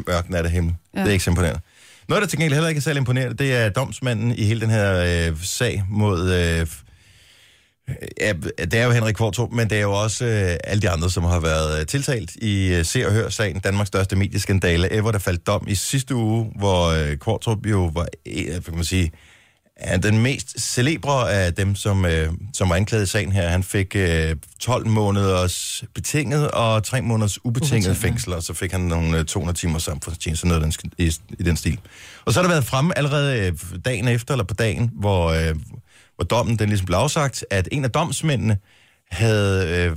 S1: mørk nat af himmel. Ja. Det er ikke så imponerende. Noget, der til gengæld heller ikke er særlig imponerende, det er domsmanden i hele den her øh, sag mod... Øh, ja, det er jo Henrik Kvartrup, men det er jo også øh, alle de andre, som har været øh, tiltalt i øh, Se og Hør-sagen, Danmarks største medieskandale ever, der faldt dom i sidste uge, hvor øh, Kvartrup jo var, øh, kan man sige, er den mest celebre af dem, som, øh, som var anklaget i sagen her. Han fik øh, 12 måneders betinget og 3 måneders ubetinget, ubetinget fængsel, og så fik han nogle øh, 200 timer samfundstjeneste, noget i den, sk- i, i den stil. Og så har der været fremme allerede øh, dagen efter, eller på dagen, hvor, øh, hvor dommen den ligesom blev afsagt, at en af domsmændene havde øh,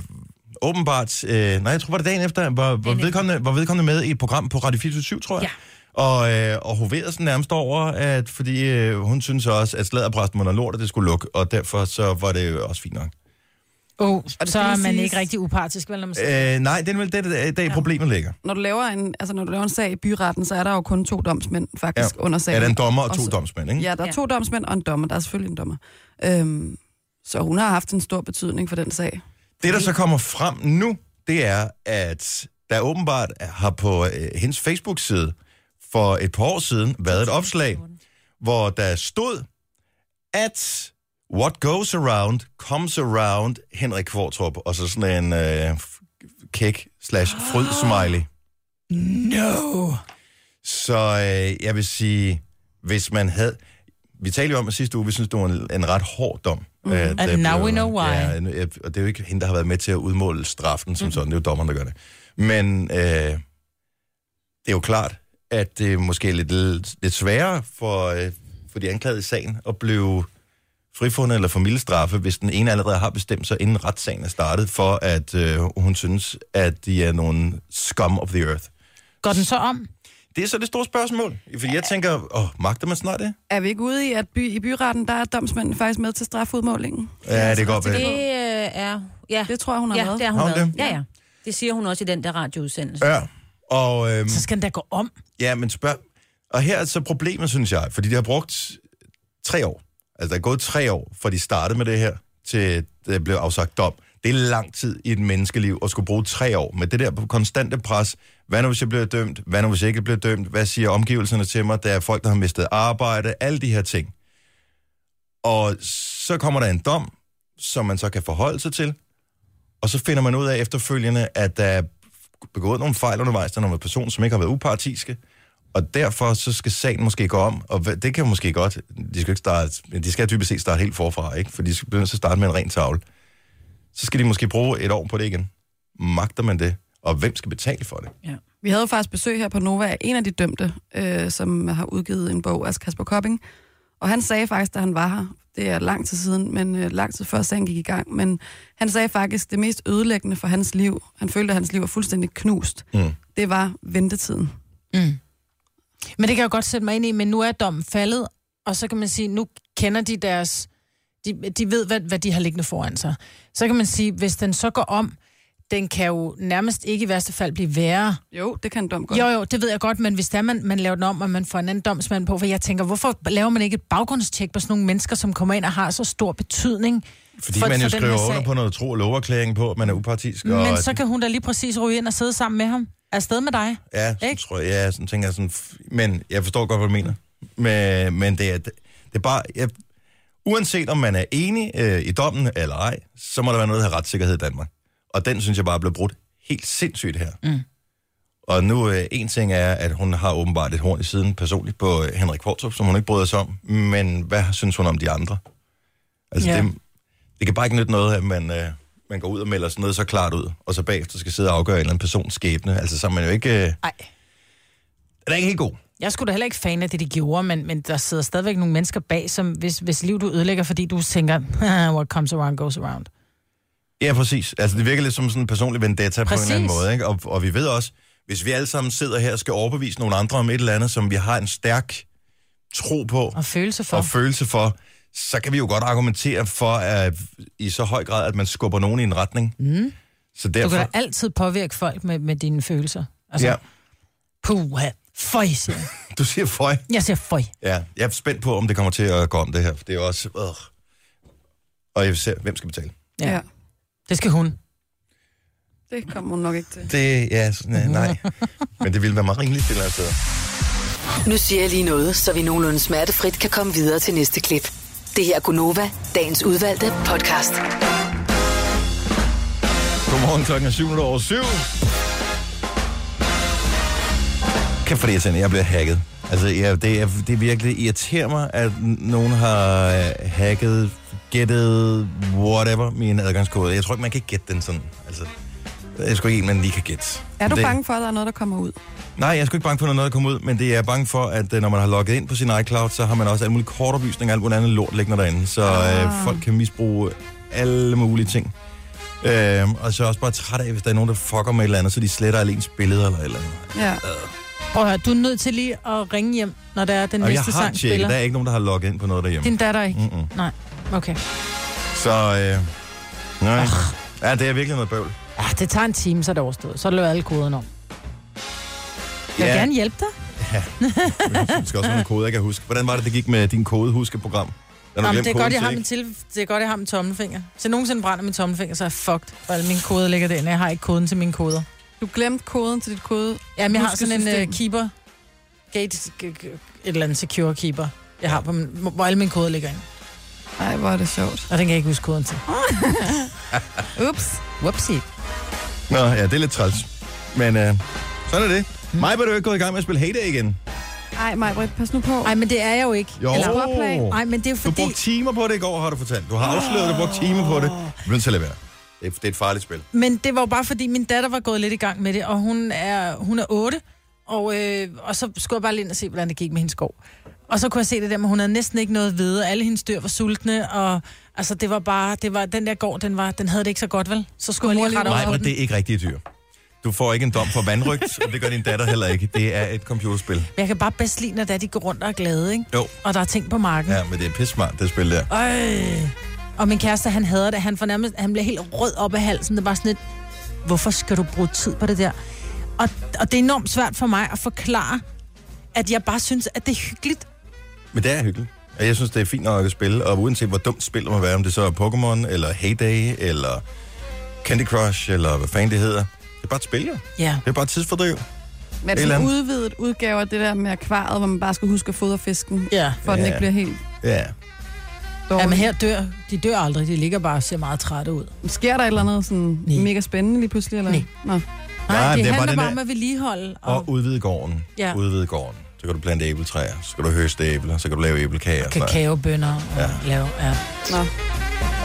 S1: åbenbart, øh, nej, jeg tror, var det dagen efter, var, var, vedkommende, var vedkommende med i et program på Radio 24 tror jeg. Ja. Og, øh, og hoverede sådan nærmest over, at, fordi øh, hun synes også, at sladderpræsten var noget lort, at det skulle lukke, og derfor så var det jo også fint nok.
S4: Oh, så
S3: skal
S4: er
S3: lige
S4: man
S3: siges-
S4: ikke rigtig upartisk, vel, når man siger.
S1: Øh, nej, det er vel det, der, der ja. problemet ligger.
S3: Når du, laver en, altså, når du laver en sag i byretten, så er der jo kun to domsmænd faktisk under
S1: Ja,
S3: sagen.
S1: der er en dommer og to
S3: så-
S1: domsmænd, ikke?
S3: Ja, der er to domsmænd og en dommer. Der er selvfølgelig en dommer. Øhm, så hun har haft en stor betydning for den sag.
S1: Det, der så kommer frem nu, det er, at der åbenbart har på øh, hendes Facebook-side for et par år siden været et opslag, hvor der stod, at what goes around comes around Henrik Kvartrup, og så sådan en øh, kæk slash fryd smiley.
S4: No!
S1: Så øh, jeg vil sige, hvis man havde... Vi talte jo om at sidste uge, vi synes, det var en, en ret hård dom. Mm. Uh, And
S4: Mm-hmm. now we know why.
S1: Ja, en- øh, og det er jo ikke hende, der har været med til at udmåle straffen som mm. sådan. Det er jo dommeren, der gør det. Men øh, det er jo klart, at det er måske lidt, lidt sværere for, øh, for de anklagede i sagen at blive frifundet eller for milde straffe, hvis den ene allerede har bestemt sig, inden retssagen er startet, for at øh, hun synes, at de er nogle scum of the earth.
S4: Går den så om?
S1: Det er så det store spørgsmål. Fordi jeg tænker, åh, magter man snart det?
S3: Er vi ikke ude i, at by, i byretten, der er domsmændene faktisk med til strafudmålingen?
S1: Ja, det går
S8: Det
S1: vel.
S8: øh, er... Ja,
S3: Det tror jeg, hun har
S8: ja,
S3: været.
S8: det er hun
S1: Har hun
S8: været.
S1: det?
S8: Ja, ja. Det siger hun også i den der radioudsendelse.
S1: Ja, og, øhm,
S4: Så skal den da gå om.
S1: ja, men spørg... Og her er så problemet, synes jeg, fordi de har brugt tre år. Altså, der er gået tre år, fra de startede med det her, til det blev afsagt dom. Det er lang tid i et menneskeliv at skulle bruge tre år med det der konstante pres. Hvad nu, hvis jeg bliver dømt? Hvad nu, hvis jeg ikke bliver dømt? Hvad siger omgivelserne til mig? Der er folk, der har mistet arbejde. Alle de her ting. Og så kommer der en dom, som man så kan forholde sig til. Og så finder man ud af efterfølgende, at der er begået nogle fejl undervejs, der er nogle personer, som ikke har været upartiske, og derfor så skal sagen måske gå om, og hva- det kan måske godt, de skal, ikke starte, men de skal dybest set starte helt forfra, ikke? for de skal bliver nødt til at starte med en ren tavle. Så skal de måske bruge et år på det igen. Magter man det? Og hvem skal betale for det?
S3: Vi havde jo faktisk besøg her på Nova af en af de dømte, øh, som har udgivet en bog, altså Kasper Kopping. Og han sagde faktisk, da han var her, det er lang tid siden, men øh, lang tid før sagen gik i gang, men han sagde faktisk, det mest ødelæggende for hans liv, han følte, at hans liv var fuldstændig knust, mm. det var ventetiden.
S4: Men det kan jeg godt sætte mig ind i, men nu er dommen faldet, og så kan man sige, nu kender de deres... De, de ved, hvad, hvad de har liggende foran sig. Så kan man sige, hvis den så går om, den kan jo nærmest ikke i værste fald blive værre.
S3: Jo, det kan en dom godt.
S4: Jo, jo, det ved jeg godt, men hvis der man, man laver den om, og man får en anden domsmand på, for jeg tænker, hvorfor laver man ikke et baggrundstjek på sådan nogle mennesker, som kommer ind og har så stor betydning?
S1: Fordi
S4: for-
S1: man jo
S4: for den her
S1: skriver
S4: sag?
S1: under på noget tro- og loverklæring på, at man er upartisk.
S4: Men
S1: og,
S4: så kan hun da lige præcis ryge ind og sidde sammen med ham. Afsted med dig.
S1: Ja, sådan
S4: Ikke?
S1: tror jeg, ja, sådan tænker jeg sådan, f- men jeg forstår godt, hvad du mener. Men, men det, er, det er bare, jeg, uanset om man er enig øh, i dommen eller ej, så må der være noget af retssikkerhed i Danmark. Og den synes jeg bare er blevet brudt helt sindssygt her. Mm. Og nu, øh, en ting er, at hun har åbenbart et horn i siden personligt på øh, Henrik Kvartrup, som hun ikke bryder sig om. Men hvad synes hun om de andre? Altså,
S4: Ja.
S1: ja. det, det kan bare ikke nytte noget, at man, øh, man går ud og melder sådan noget så klart ud, og så bagefter skal sidde og afgøre en eller anden persons skæbne. Altså, så er man jo ikke... Øh,
S4: Nej.
S1: den er ikke helt god.
S4: Jeg skulle da heller ikke fan af det, de gjorde, men, men der sidder stadigvæk nogle mennesker bag, som hvis, hvis liv du ødelægger, fordi du tænker, (laughs) "Haha, what comes around goes around.
S1: Ja, præcis. Altså, det virker lidt som sådan en personlig vendetta præcis. på en
S4: Præcis.
S1: eller anden måde. Ikke? Og, og vi ved også, hvis vi alle sammen sidder her og skal overbevise nogle andre om et eller andet, som vi har en stærk tro på
S4: Og følelse for.
S1: og følelse for, så kan vi jo godt argumentere for at, i så høj grad, at man skubber nogen i en retning. Mm. Så
S4: du
S1: derfor...
S4: kan da altid påvirke folk med, med dine følelser. Altså,
S1: Ja,
S4: ja. puha, føj, siger jeg.
S1: du siger føj.
S4: jeg. siger føj.
S1: Ja, jeg er spændt på, om det kommer til at gå om det her. For det er jo også... Øh. Og jeg vil se, hvem skal betale?
S4: Ja. Det skal hun.
S3: Det kommer hun nok ikke til.
S1: Det, ja,
S4: Mhm.
S1: sådan, nej. Men det ville være meget rimeligt, det altså.
S5: Nu siger jeg lige noget, så vi nogenlunde smertefrit kan komme videre til næste klip. Det her er Gunova, dagens udvalgte podcast.
S1: Godmorgen klokken er 7 over 7. Kan for det irriterende, jeg bliver hacket. Altså, ja, det, er, det virkelig irriterer mig, at n- nogen har øh, hacket, gættet, whatever, min adgangskode. Jeg tror ikke, man kan gætte den sådan. Altså, det er sgu ikke en, man lige kan gætte.
S3: Er du
S1: det,
S3: bange for, at der er noget, der kommer ud?
S1: Nej, jeg er sgu ikke bange for, at noget kommer ud, men det er jeg bange for, at øh, når man har logget ind på sin iCloud, så har man også alle mulige kortoplysninger og alt muligt andet lort liggende derinde, så øh,
S4: Ah.
S1: folk kan misbruge alle mulige ting. Øh, og så er jeg også bare træt af, hvis der er nogen, der fucker med et eller andet, så de sletter alle ens billeder eller et eller andet.
S3: Ja.
S4: Prøv at høre, du er nødt til lige at ringe hjem, når der er den
S1: Og jeg
S4: næste
S1: har
S4: sang
S1: tjekket,
S4: spiller.
S1: der er ikke nogen, der har logget ind på noget derhjemme.
S4: Din datter ikke?
S1: Mm-mm.
S4: Nej, okay.
S1: Så øh, nej.
S4: Ah.
S1: Ja, det er virkelig noget bøvl.
S4: Ja, det tager en time, så er det overstået. Så løber alle koderne om. Jeg vil
S1: Ja.
S4: gerne hjælpe dig. (laughs)
S1: Det skal også være en kode, jeg kan huske. Hvordan var det, det gik med din kodehuskeprogram? Da du
S4: Jamen, det,
S1: glemte
S4: er
S1: koden
S4: godt,
S1: til,
S4: jeg har
S1: ikke?
S4: min til, det er godt, jeg har min tommelfinger. Så nogensinde brænder min tommelfinger, så er jeg fucked. Og alle mine koder ligger derinde. Jeg har ikke koden til mine koder.
S3: Du glemte koden til dit kode.
S4: Jamen, jeg har sådan en
S3: Huskesystem.
S4: uh, keeper. Gate, g- g- et eller andet secure keeper. Jeg har, på min, hvor alle mine koder ligger inde.
S3: Nej, hvor er det sjovt.
S4: Og den kan jeg ikke huske (laughs) koden til.
S3: Ups.
S4: Whoopsie.
S1: Nå, ja, det er lidt træls. Men øh, sådan er det. Mig var du ikke gået i gang med at spille Heyday igen.
S3: Ej, Majbrit, pas nu på.
S4: Nej, men det er jeg jo ikke.
S1: Jo.
S4: Eller-
S3: Påplay.
S4: Nej, men det er jo
S1: Du
S4: fordi...
S1: brugte timer på det i går, har du fortalt. Du har afsløret, at du brugte timer på det. Du er nødt til at lade være. Det er, det er et farligt spil.
S4: Men det var jo bare fordi, min datter var gået lidt i gang med det, og hun er, hun er 8, og, øh, og så skulle jeg bare lige ind og se, hvordan det gik med hendes skov. Og så kunne jeg se det der, men hun havde næsten ikke noget at vide, alle hendes dyr var sultne, og altså, det var bare, det var, den der gård, den, var, den havde det ikke så godt, vel? Så skulle jeg lige rette
S1: Nej,
S4: over på
S1: men det
S4: den.
S1: er ikke rigtige dyr. Du får ikke en dom for vandrygt, og det gør din datter heller ikke. Det er et computerspil.
S4: Men Jeg kan bare bedst lide, når det er, de går rundt og er glade, ikke?
S1: Jo.
S4: Og der er ting på marken.
S1: Ja, men det er pissmart, det spil der.
S4: Øj. Og min kæreste, han hader det. Han, fornærmest, han bliver helt rød op af halsen. Det er bare sådan lidt, hvorfor skal du bruge tid på det der? Og, og det er enormt svært for mig at forklare, at jeg bare synes, at det er hyggeligt.
S1: Men det er hyggeligt. Og jeg synes, det er fint nok at spille, og uanset hvor dumt spillet må være, om det så er Pokémon, eller Heyday, eller Candy Crush, eller hvad fanden det hedder. Det er bare et spil, ja. Det
S4: Ja.
S1: er bare et tidsfordriv.
S3: Men er det
S1: eller
S3: sådan en
S1: andet.
S3: udvidet udgave af det der med akvariet, hvor man bare skal huske at fodre fisken,
S4: Ja.
S3: for at den
S1: Ja.
S3: ikke bliver helt
S1: Ja.
S3: dårlig.
S4: ja, men her dør, de dør aldrig. De ligger bare og ser meget trætte ud.
S3: Sker der et eller andet sådan
S4: Nej.
S3: mega spændende lige pludselig? Eller?
S4: Nej.
S3: Nå.
S4: Nej,
S1: Nej,
S4: Nej det,
S1: det
S4: det
S1: er bare
S4: handler
S1: den
S4: bare
S1: der-
S4: om at vedligeholde. Og,
S1: Og udvide gården.
S4: Ja.
S1: Udvide gården. Så kan du plante æbletræer, så kan du høste æbler, så kan du lave æblekager. så-
S4: kakaobønner. Og
S1: Ja.
S4: ja. Lave, ja.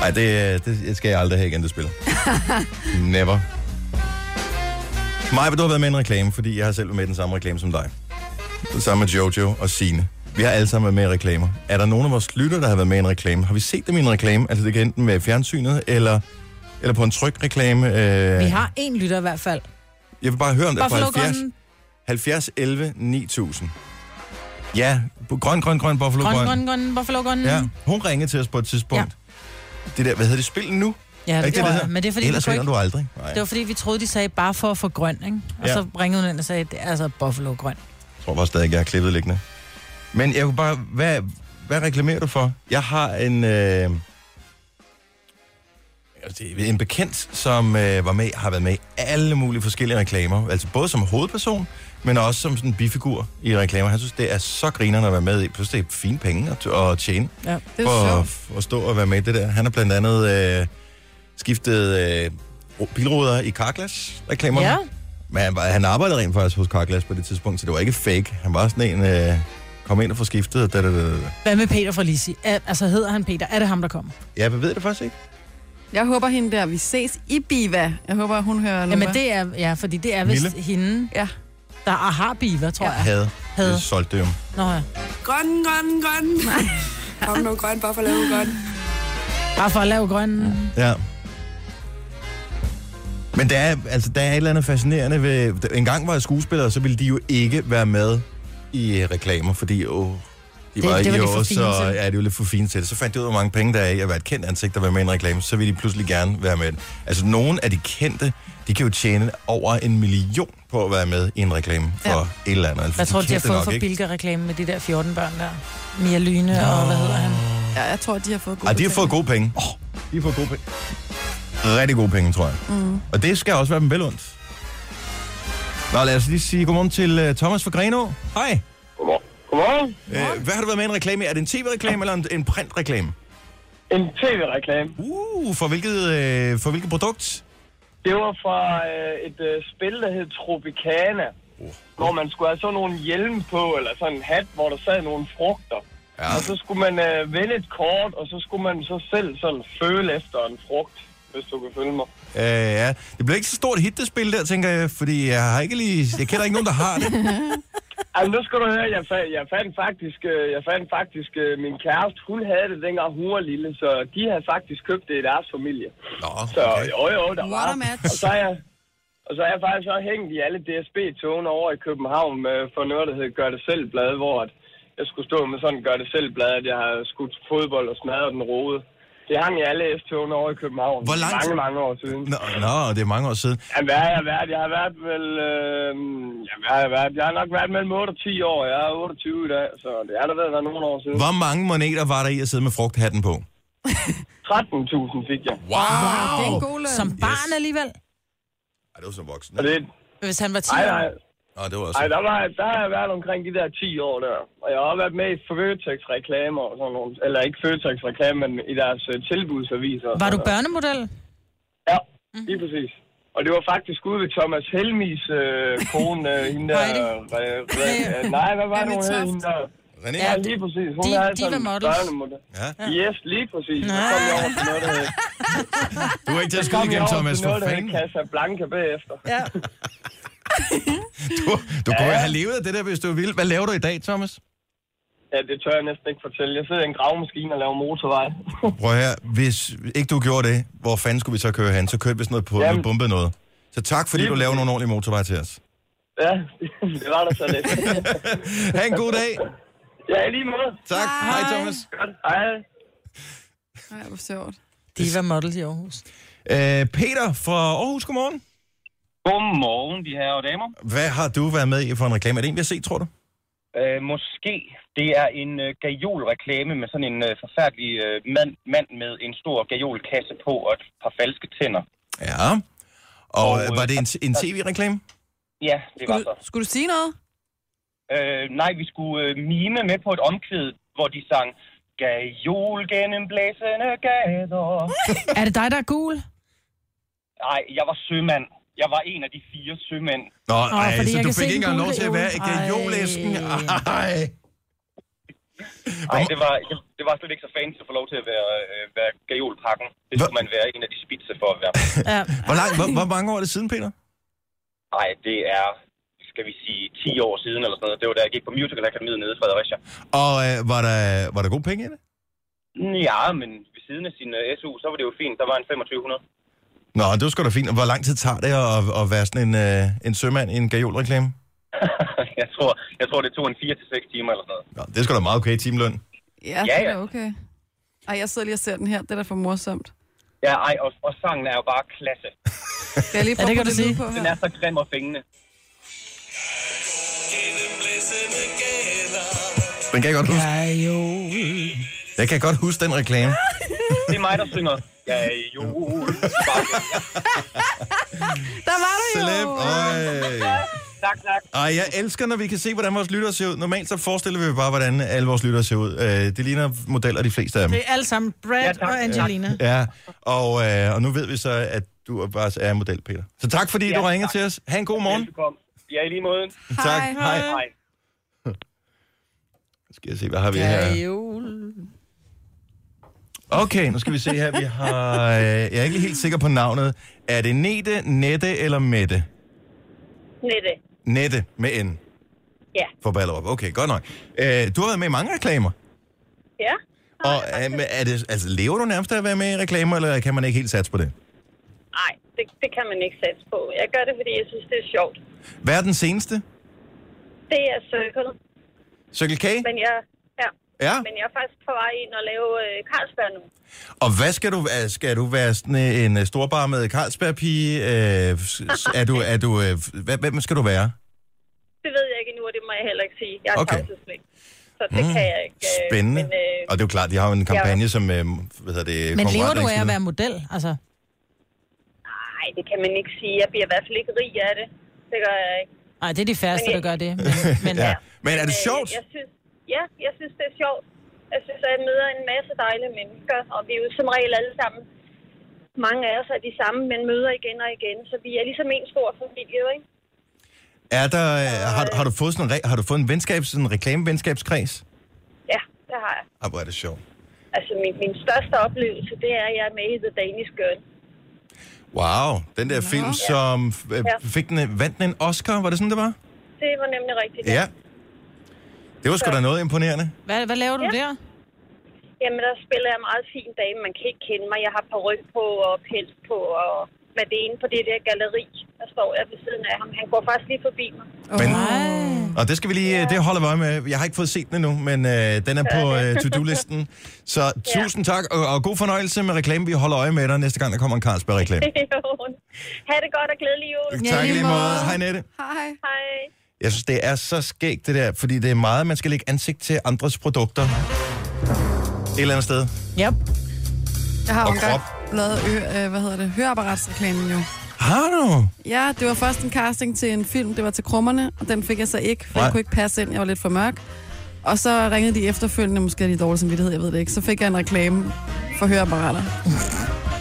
S1: Ej, det, det skal jeg aldrig have igen, det spil. Never. Maja, du har været med i en reklame, fordi jeg har selv været med i den samme reklame som dig. Det samme med Jojo og Sine. Vi har alle sammen været med i reklamer. Er der nogen af vores lytter, der har været med i en reklame? Har vi set dem i en reklame? Altså det kan enten være i fjernsynet, eller, eller på en tryk reklame. Øh,
S4: Vi har en lytter i hvert fald.
S1: Jeg vil bare høre om det på
S4: Buffalo
S1: 70,
S4: Grøn,
S1: 70 11 9000. Ja, på grøn, grøn, grøn, buffalo,
S4: Grøn, Grøn, Grøn, Buffalo Grøn.
S1: Ja, hun ringede til os på et tidspunkt. Ja. Det der, hvad hedder det, spil nu?
S4: ja
S1: Er
S4: det,
S1: ikke
S4: tror
S1: det,
S4: jeg.
S1: der?
S4: Men det er fordi, vi
S1: Ellers
S4: kunne
S1: vinder
S4: ikke
S1: du aldrig. Nej.
S4: Det var fordi, vi troede, de sagde bare for at få grøn, ikke? Og
S1: Ja.
S4: ja. så ringede hun ind og sagde, det er altså Buffalo Grøn.
S1: Jeg tror bare stadig, jeg har klippet liggende. Men jeg kunne bare... Hvad, hvad reklamerer du for? Jeg har en... Øh, altså, en bekendt, som øh, var med, har været med i alle mulige forskellige reklamer. Altså både som hovedperson, men også som sådan en bifigur i reklamer. Han synes, det er så grinerende at være med i. Plus det er fine penge at, at tjene
S4: Ja.
S3: Det er
S1: for
S3: sjovt.
S1: at, at stå og være med i det der. Han har blandt andet øh, skiftet øh, ro- bilruder i Carglass-reklamerne.
S4: Ja.
S1: Men han, var, han arbejdede rent faktisk hos Carglass på det tidspunkt, så det var ikke fake. Han var sådan en, øh, kom ind og få skiftet. Da, da, da, da.
S4: Hvad med Peter fra Lisi? Er, altså hedder han Peter? Er det ham, der kommer?
S1: Ja, jeg ved det faktisk ikke.
S3: Jeg håber hende der, vi ses i Biva. Jeg håber, hun hører nu.
S4: Jamen det er, ja, fordi det er vist
S1: Mille?
S4: hende,
S3: Ja.
S4: der er har biver, tror ja. jeg.
S1: Havde.
S4: Havde.
S1: Det solgte det jo.
S4: Nå ja.
S9: Grøn, grøn,
S3: (laughs)
S9: grøn. Nej. Kom nu, grøn, bare for at lave grøn.
S4: Bare for at lave grøn.
S1: Ja. Men der er, altså, der er et eller andet fascinerende ved... En gang var jeg skuespiller, og så ville de jo ikke være med i øh, reklamer, fordi åh, de
S4: Det-
S1: var,
S4: det
S1: det
S4: var
S1: var
S4: de
S1: jo
S4: for fine
S1: så,
S4: til.
S1: ja, det var lidt for fine til det. Så fandt de ud af, hvor mange penge der er i at være et kendt ansigt og være med i en reklame, så ville de pludselig gerne være med. Altså, nogle af de kendte, de kan jo tjene over en million på at være med i en reklame for
S3: Ja.
S1: et eller andet. Altså,
S4: Hvad tror du, de har
S1: kendte
S4: fået
S1: nok
S4: for
S1: ikke.
S4: Bilka-reklame med de der 14 børn der? Mia Lyne og hvad hedder han?
S3: Ja, jeg tror, de har fået gode
S1: Ej, de har
S3: betaling.
S1: fået gode penge. Oh, de har fået gode penge. rigtig gode penge, tror jeg. Mm. Og det skal også være dem velundt. Nå, lad os lige sige godmorgen til uh, Thomas fra Grenå. Hej.
S10: Godmorgen. Godmorgen.
S1: Uh, hvad har du været med i en reklame? i? Er det en tv-reklame eller en, en printreklame?
S10: En tv-reklame.
S1: Uh, for hvilket, uh, for hvilket produkt?
S10: Det var fra øh, et øh, spil, der hed Tropicana.
S1: Uh.
S10: Hvor man skulle have sådan nogle hjelme på, eller sådan en hat, hvor der sad nogle frugter.
S1: Ja.
S10: Og så skulle man øh, vende et kort, og så skulle man så selv sådan føle efter en frugt, hvis du kan følge mig.
S1: Uh, ja. Det blev ikke så stort hit, det spil der, tænker jeg, fordi jeg har ikke lige... Jeg kender ikke nogen, der har
S10: (laughs)
S1: det.
S10: Jamen, Altså, nu skal du høre, jeg, fa- jeg fandt faktisk, øh, jeg fandt faktisk øh, min kæreste, hun havde det dengang hun var lille, så de havde faktisk købt det i deres familie.
S1: Nå,
S10: Så
S1: okay.
S10: jo, jo, der
S3: What
S10: var.
S3: a match.
S10: Og så er jeg, og så er jeg faktisk også hængt i alle DSB-togene over i København øh, for noget, der hedder Gør det selv blad, hvor at jeg skulle stå med sådan Gør det selv blad, at jeg har skudt fodbold og smadret den rode. Det hang i alle S-togene over i København.
S1: Hvor lang tid-
S10: Mange, mange år siden.
S1: Nå, nå, det er mange år siden.
S10: Jamen, hvad har jeg været? Jeg har været vel... Øh, jamen, hvad har jeg været? Jeg har nok været mellem 8 og 10 år. Jeg er 28 i dag, så det har da været været nogle år siden.
S1: Hvor mange moneter var der i at sidde med frugthatten
S10: (laughs)
S1: på?
S10: 13.000 fik jeg.
S1: Wow!
S3: Det er en god løn.
S4: Som barn alligevel.
S1: Ej, det var som voksen.
S10: Og det,
S4: Hvis han var 10
S10: ej,
S4: år.
S10: nej,
S1: Nå, det var
S10: ej,
S1: også...
S10: der, var, der har jeg været omkring de der 10 år der. Og jeg har også været med i Føtex-reklamer og sådan nogle. Eller ikke Føtex-reklamer, men i deres øh, tilbudsaviser. og
S4: Var du
S10: sådan noget.
S4: børnemodel?
S10: Ja, lige præcis. Og det var faktisk ude ved Thomas Helmis øh, kone, øh, hende der...
S4: Heidi.
S10: Øh, øh, øh,
S4: (laughs)
S10: nej, hvad var det, hun hed? Hende der?
S1: René?
S10: Ja,
S1: Ja.
S10: lige præcis. Hun
S4: de-
S10: havde
S4: de
S10: sådan
S4: var
S10: en
S4: models.
S10: børnemodel.
S1: ja.
S10: Yes, lige præcis. Så kom jeg over til noget, der hed-
S1: (laughs) Du er ikke til at
S10: så
S1: skyde
S10: kom jeg
S1: igen,
S10: over
S1: Thomas,
S10: til
S1: for
S10: noget, der hed
S1: fanden.
S10: Casablanca bagefter. (laughs)
S4: Ja.
S1: Du, du kunne have levet af det der, hvis du ville. Hvad laver du i dag,
S10: (laughs)
S1: Thomas?
S10: Ja, det tør jeg næsten ikke fortælle. Jeg sidder i en gravemaskine og laver motorvej.
S1: Prøv her, hvis ikke du gjorde det, hvor fanden skulle vi så køre hen? Så kørte vi sådan noget på
S10: Jamen.
S1: noget bumpet noget. Så tak, fordi
S10: Lige
S1: du laver nogle ordentlige motorveje til os.
S10: Ja, (laughs) det var der så lidt.
S1: (laughs) Ha' en god dag.
S10: ja, i lige måde.
S1: Tak. Hej, Hej Thomas.
S10: Godt. Hej.
S3: Ej, hvor sjovt.
S4: De var model i Aarhus.
S1: Øh, Peter fra Aarhus, godmorgen.
S10: Godmorgen, de her og damer.
S1: Hvad har du været med i for en reklame? Er det en, vi har set, tror du?
S10: Øh, måske det er en øh, gajol-reklame med sådan en øh, forfærdelig øh, mand, mand med en stor gajolkasse på og et par falske tænder.
S1: Ja. Og,
S10: Og,
S1: Og
S10: øh,
S1: var det en, en tv-reklame?
S10: Ja, det var
S3: Skulle,
S10: så.
S3: skulle du sige noget?
S10: Øh, nej, vi skulle øh, mime med på et omkvæd, hvor de sang Gajol gennem blæsende gader.
S4: Er det dig, der er gul?
S10: Nej, jeg var sømand. Jeg var en af de fire sømænd.
S1: Nå, ej,
S4: fordi
S1: så
S4: jeg
S1: du
S4: kan se
S1: fik ikke
S4: den
S1: engang
S4: gule
S1: lov til at være i
S4: æble. Ej.
S1: gajolæsken. Ej.
S10: Nej, det var, det var slet ikke så fancy at få lov til at være, øh, være gajolpakken. Det skulle man være en af de spidse for at være.
S4: Ja.
S1: (laughs) Hvor, lang, hvor, hvor mange år er det siden, Peter?
S10: Nej, det er, skal vi sige, 10 år siden eller sådan noget. Det var da jeg gik på Musical Akademiet nede i Fredericia.
S1: Og øh, var, der, var der gode penge i det?
S10: Ja, men ved siden af sin øh, SU, så var det jo fint. Der var en 2500.
S1: Nå, det var sgu da fint. Og Hvor lang tid tager det at, at være sådan en, øh, en sømand i en gajolreklame?
S10: (laughs) jeg, tror, jeg tror, det tog en 4-6 timer eller sådan noget.
S1: Nå, det er sgu da meget okay timeløn.
S3: Ja, det er
S10: ja.
S3: da okay. Ej, jeg sidder lige og ser den her. Det er da for morsomt.
S10: Ja, ej, og, og sangen er jo bare klasse.
S3: Skal
S4: (laughs)
S3: jeg lige prøve
S4: det
S3: ja,
S4: kan
S3: det
S4: du
S3: lyd
S4: sige.
S3: på
S10: Den
S3: her?
S10: er så grim og fængende.
S1: Den kan jeg godt huske.
S4: Ja, jo.
S1: Jeg kan godt huske den reklame.
S10: (laughs) Det er mig, der synger. Ja, jo.
S3: Der var du jo!
S1: Celeb. Øj.
S10: tak, tak.
S1: Ej, jeg elsker, når vi kan se, hvordan vores lyttere ser ud. Normalt så forestiller vi jo bare, hvordan alle vores lyttere ser ud. Øh, det ligner modeller, de fleste af dem.
S4: Det er alle sammen Brad
S10: Ja,
S4: ja,
S10: tak.
S4: og Angelina.
S1: Øhm. Ja, og, øh, og nu ved vi så, at du er bare er model, Peter. Så tak, fordi ja,
S10: Ja,
S1: du ringer
S10: tak.
S1: til os. Ha' en god morgen.
S10: Velbekomme. Ja, i lige måde.
S1: Tak.
S3: Hej.
S1: Hej.
S10: Hej.
S1: Skal jeg se, hvad har vi
S4: Ja,
S1: her?
S4: jo.
S1: Okay, nu skal vi se her. Vi har... Øh, jeg er ikke helt sikker på navnet. Er det Nete, Nette eller Mette?
S11: Nette.
S1: Nette med N.
S11: Ja.
S1: For Ballerup. Okay, godt nok. Øh, du har været med i mange reklamer.
S11: Ja.
S1: Og øh, men er det, altså, lever du nærmest af at være med i reklamer, eller kan man ikke helt satse på det?
S11: Nej, det, det kan man ikke satse på. Jeg gør det, fordi jeg synes, det er sjovt.
S1: Hvad er den seneste?
S11: Det er Circle,
S1: Circle K?
S11: men jeg, ja,
S1: Ja.
S11: men jeg er faktisk på vej ind og lave øh, Carlsberg nu.
S1: Og hvad skal du være? Skal du være sådan øh, en øh, storbarmet Carlsberg-pige? Øh, s- s- er du, er du, øh, f- hvad, hvem skal du være?
S11: Det ved jeg ikke endnu, og det må jeg heller ikke sige. Jeg er
S1: Okay.
S11: okay. Så det mm. kan jeg ikke. øh,
S1: Spændende.
S11: Men, øh,
S1: Og det er jo klart, de har jo en kampagne, som øh, hvad hedder det,
S4: Men lever du
S1: konkurrenter ikke
S4: af at
S1: smider.
S4: være model? Altså,
S11: Nej, det kan man ikke sige. Jeg bliver i hvert fald ikke rig af det. Det gør jeg ikke.
S4: Nej, det er de færreste,
S11: Men
S4: der
S11: jeg-
S4: gør det. Men, men
S1: (laughs) ja. Men er det
S11: Øh,
S1: sjovt?
S11: Jeg synes, ja, jeg synes, det er sjovt. Jeg synes, at jeg møder en masse dejlige mennesker, og vi er jo som regel alle sammen. Mange af os er de samme, men møder igen og igen, så vi er ligesom en stor familie, ikke?
S1: Er der, øh, har, du- har, du fået sådan en, re- har du fået en venskab, sådan en reklamevenskabskreds?
S11: Ja, det har jeg.
S1: Ah, hvor er det sjovt.
S11: Altså, min, min største oplevelse, det er, at jeg er med i The Danish Girl.
S1: Wow, den der film, som øh,
S11: Ja.
S1: fik den, vandt den en Oscar, var det sådan, det var?
S11: Det var nemlig rigtigt.
S1: Ja. Det var sgu da noget imponerende.
S4: Hvad, hvad laver du ja. der?
S11: Jamen, der spiller jeg en meget fin dame. Man kan ikke kende mig. Jeg har peruk på og pels på og med det ene på det der galeri. Der står jeg ved siden af ham. Han går faktisk lige forbi mig.
S1: Men, og det skal vi lige, øh, det holder vi øje med. Jeg har ikke fået set den endnu, men øh, den er på øh, to-do-listen. Så tusind tak, og, og god fornøjelse med reklamen. Vi holder øje med dig næste gang, der kommer en
S11: (laughs)
S1: Carlsberg-reklame.
S11: ha' det godt og glædelig jul.
S1: Tak i lige måde. Hej, Nette.
S11: Hej. Hej.
S1: Jeg synes, det er så skægt, det der, fordi det er meget, man skal lægge ansigt til andres produkter. Et eller andet sted.
S4: Yep.
S3: Jeg har jo
S1: Og
S3: engang lavet, ø- øh, hvad hedder det, høreapparatsreklamen jo.
S1: Har du?
S3: Ja, det var først en casting til en film, det var til krummerne, og den fik jeg så ikke, for Nej.
S1: Nej.
S3: jeg kunne ikke passe ind, jeg var lidt for mørk. Og så ringede de efterfølgende, måske havde de dårlig samvittighed, jeg ved det ikke, så fik jeg en reklame for høreapparater.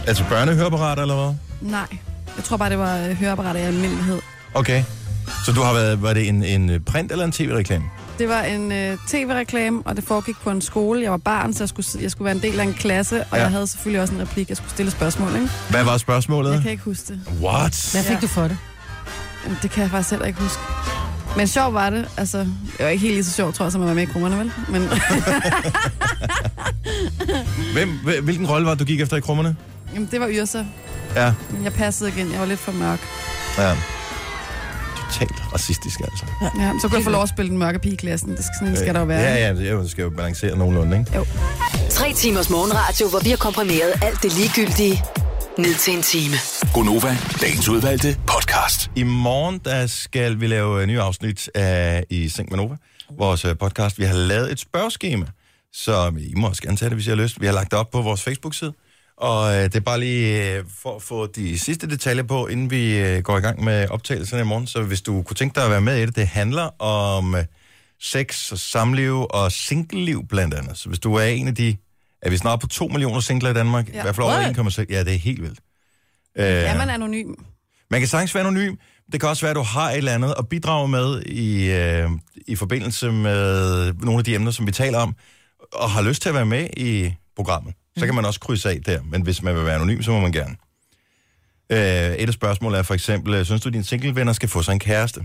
S1: Altså børnehøreapparater, eller hvad?
S3: Nej, jeg tror bare, det var øh, høreapparater i almindelighed.
S1: Okay. Så du har været, var det en, en øh, print- eller en tv-reklame?
S3: Det var en øh, tv-reklame, og det foregik på en skole. Jeg var barn, så jeg skulle, jeg skulle være en del af en klasse, og
S1: Ja.
S3: ja. jeg havde selvfølgelig også en replik, jeg skulle stille spørgsmål, ikke?
S1: Hvad var spørgsmålet?
S3: Jeg kan ikke huske det.
S1: What?
S4: Hvad fik du for det?
S3: Jamen, det kan jeg faktisk heller ikke huske. Men sjov var det. Altså, det var ikke helt lige så sjovt, tror jeg, som at være med i krummerne, vel? Men (laughs)
S1: Hvem, hvil- hvilken rolle var det, du gik efter i krummerne?
S3: jamen, det var Yrsa.
S1: Ja.
S3: Men jeg passede igen. Jeg var lidt for mørk.
S1: ja. Totalt racistisk, altså. Øh,
S3: Ja, så kunne jeg få lov at spille den mørke pige i klassen. Det skal, sådan skal der jo være.
S1: Ja, ja, det er jo- det skal jo balancere nogenlunde, ikke?
S3: Jo.
S5: Tre timers morgenradio, hvor vi har komprimeret alt det ligegyldige ned til en time.
S6: Gonova, dagens udvalgte podcast.
S1: I morgen, der skal vi lave øh, nye afsnit af I Seng med Nova, vores øh, podcast. Vi har lavet et spørgeskema, så I må også gerne tage det, hvis I har lyst. Vi har lagt det op på vores Facebook-side, og øh, det er bare lige øh, for at få de sidste detaljer på, inden vi øh, går i gang med optagelserne i morgen. Så hvis du kunne tænke dig at være med i det, det handler om øh, sex, og samliv og singleliv blandt andet. Så hvis du er en af de... Er vi snart på 2 millioner singler i Danmark? Ja.
S3: Ja.
S1: I hvert fald over
S3: What?
S1: 1,6. Ja, det er helt vildt. Øh,
S3: Ja, man er anonym.
S1: man kan sagtens være anonym. Det kan også være, at du har et eller andet at bidrage med i, øh, i forbindelse med nogle af de emner, som vi taler om, og har lyst til at være med i programmet. Så kan man også krydse af der, men hvis man vil være anonym, så må man gerne. Øh, et af spørgsmålene er for eksempel, øh, synes du, dine singlevenner skal få sig en kæreste?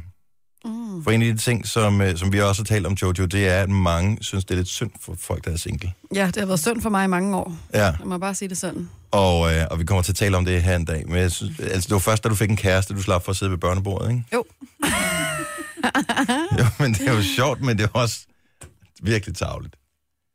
S1: Mm. For en af de ting, som, øh, som vi også har talt om, Jojo, det er, at mange synes, det er lidt synd for folk, der er single.
S3: Ja, det har været synd for mig i mange år.
S1: Ja.
S3: Jeg må bare sige det sådan.
S1: Og, øh, og vi kommer til at tale om det her en dag. Men jeg synes, altså, det var først, da du fik en kæreste, du slap for at sidde ved børnebordet, ikke?
S3: Jo.
S1: (laughs) (laughs) jo, men det er jo sjovt, men det er også virkelig tavligt.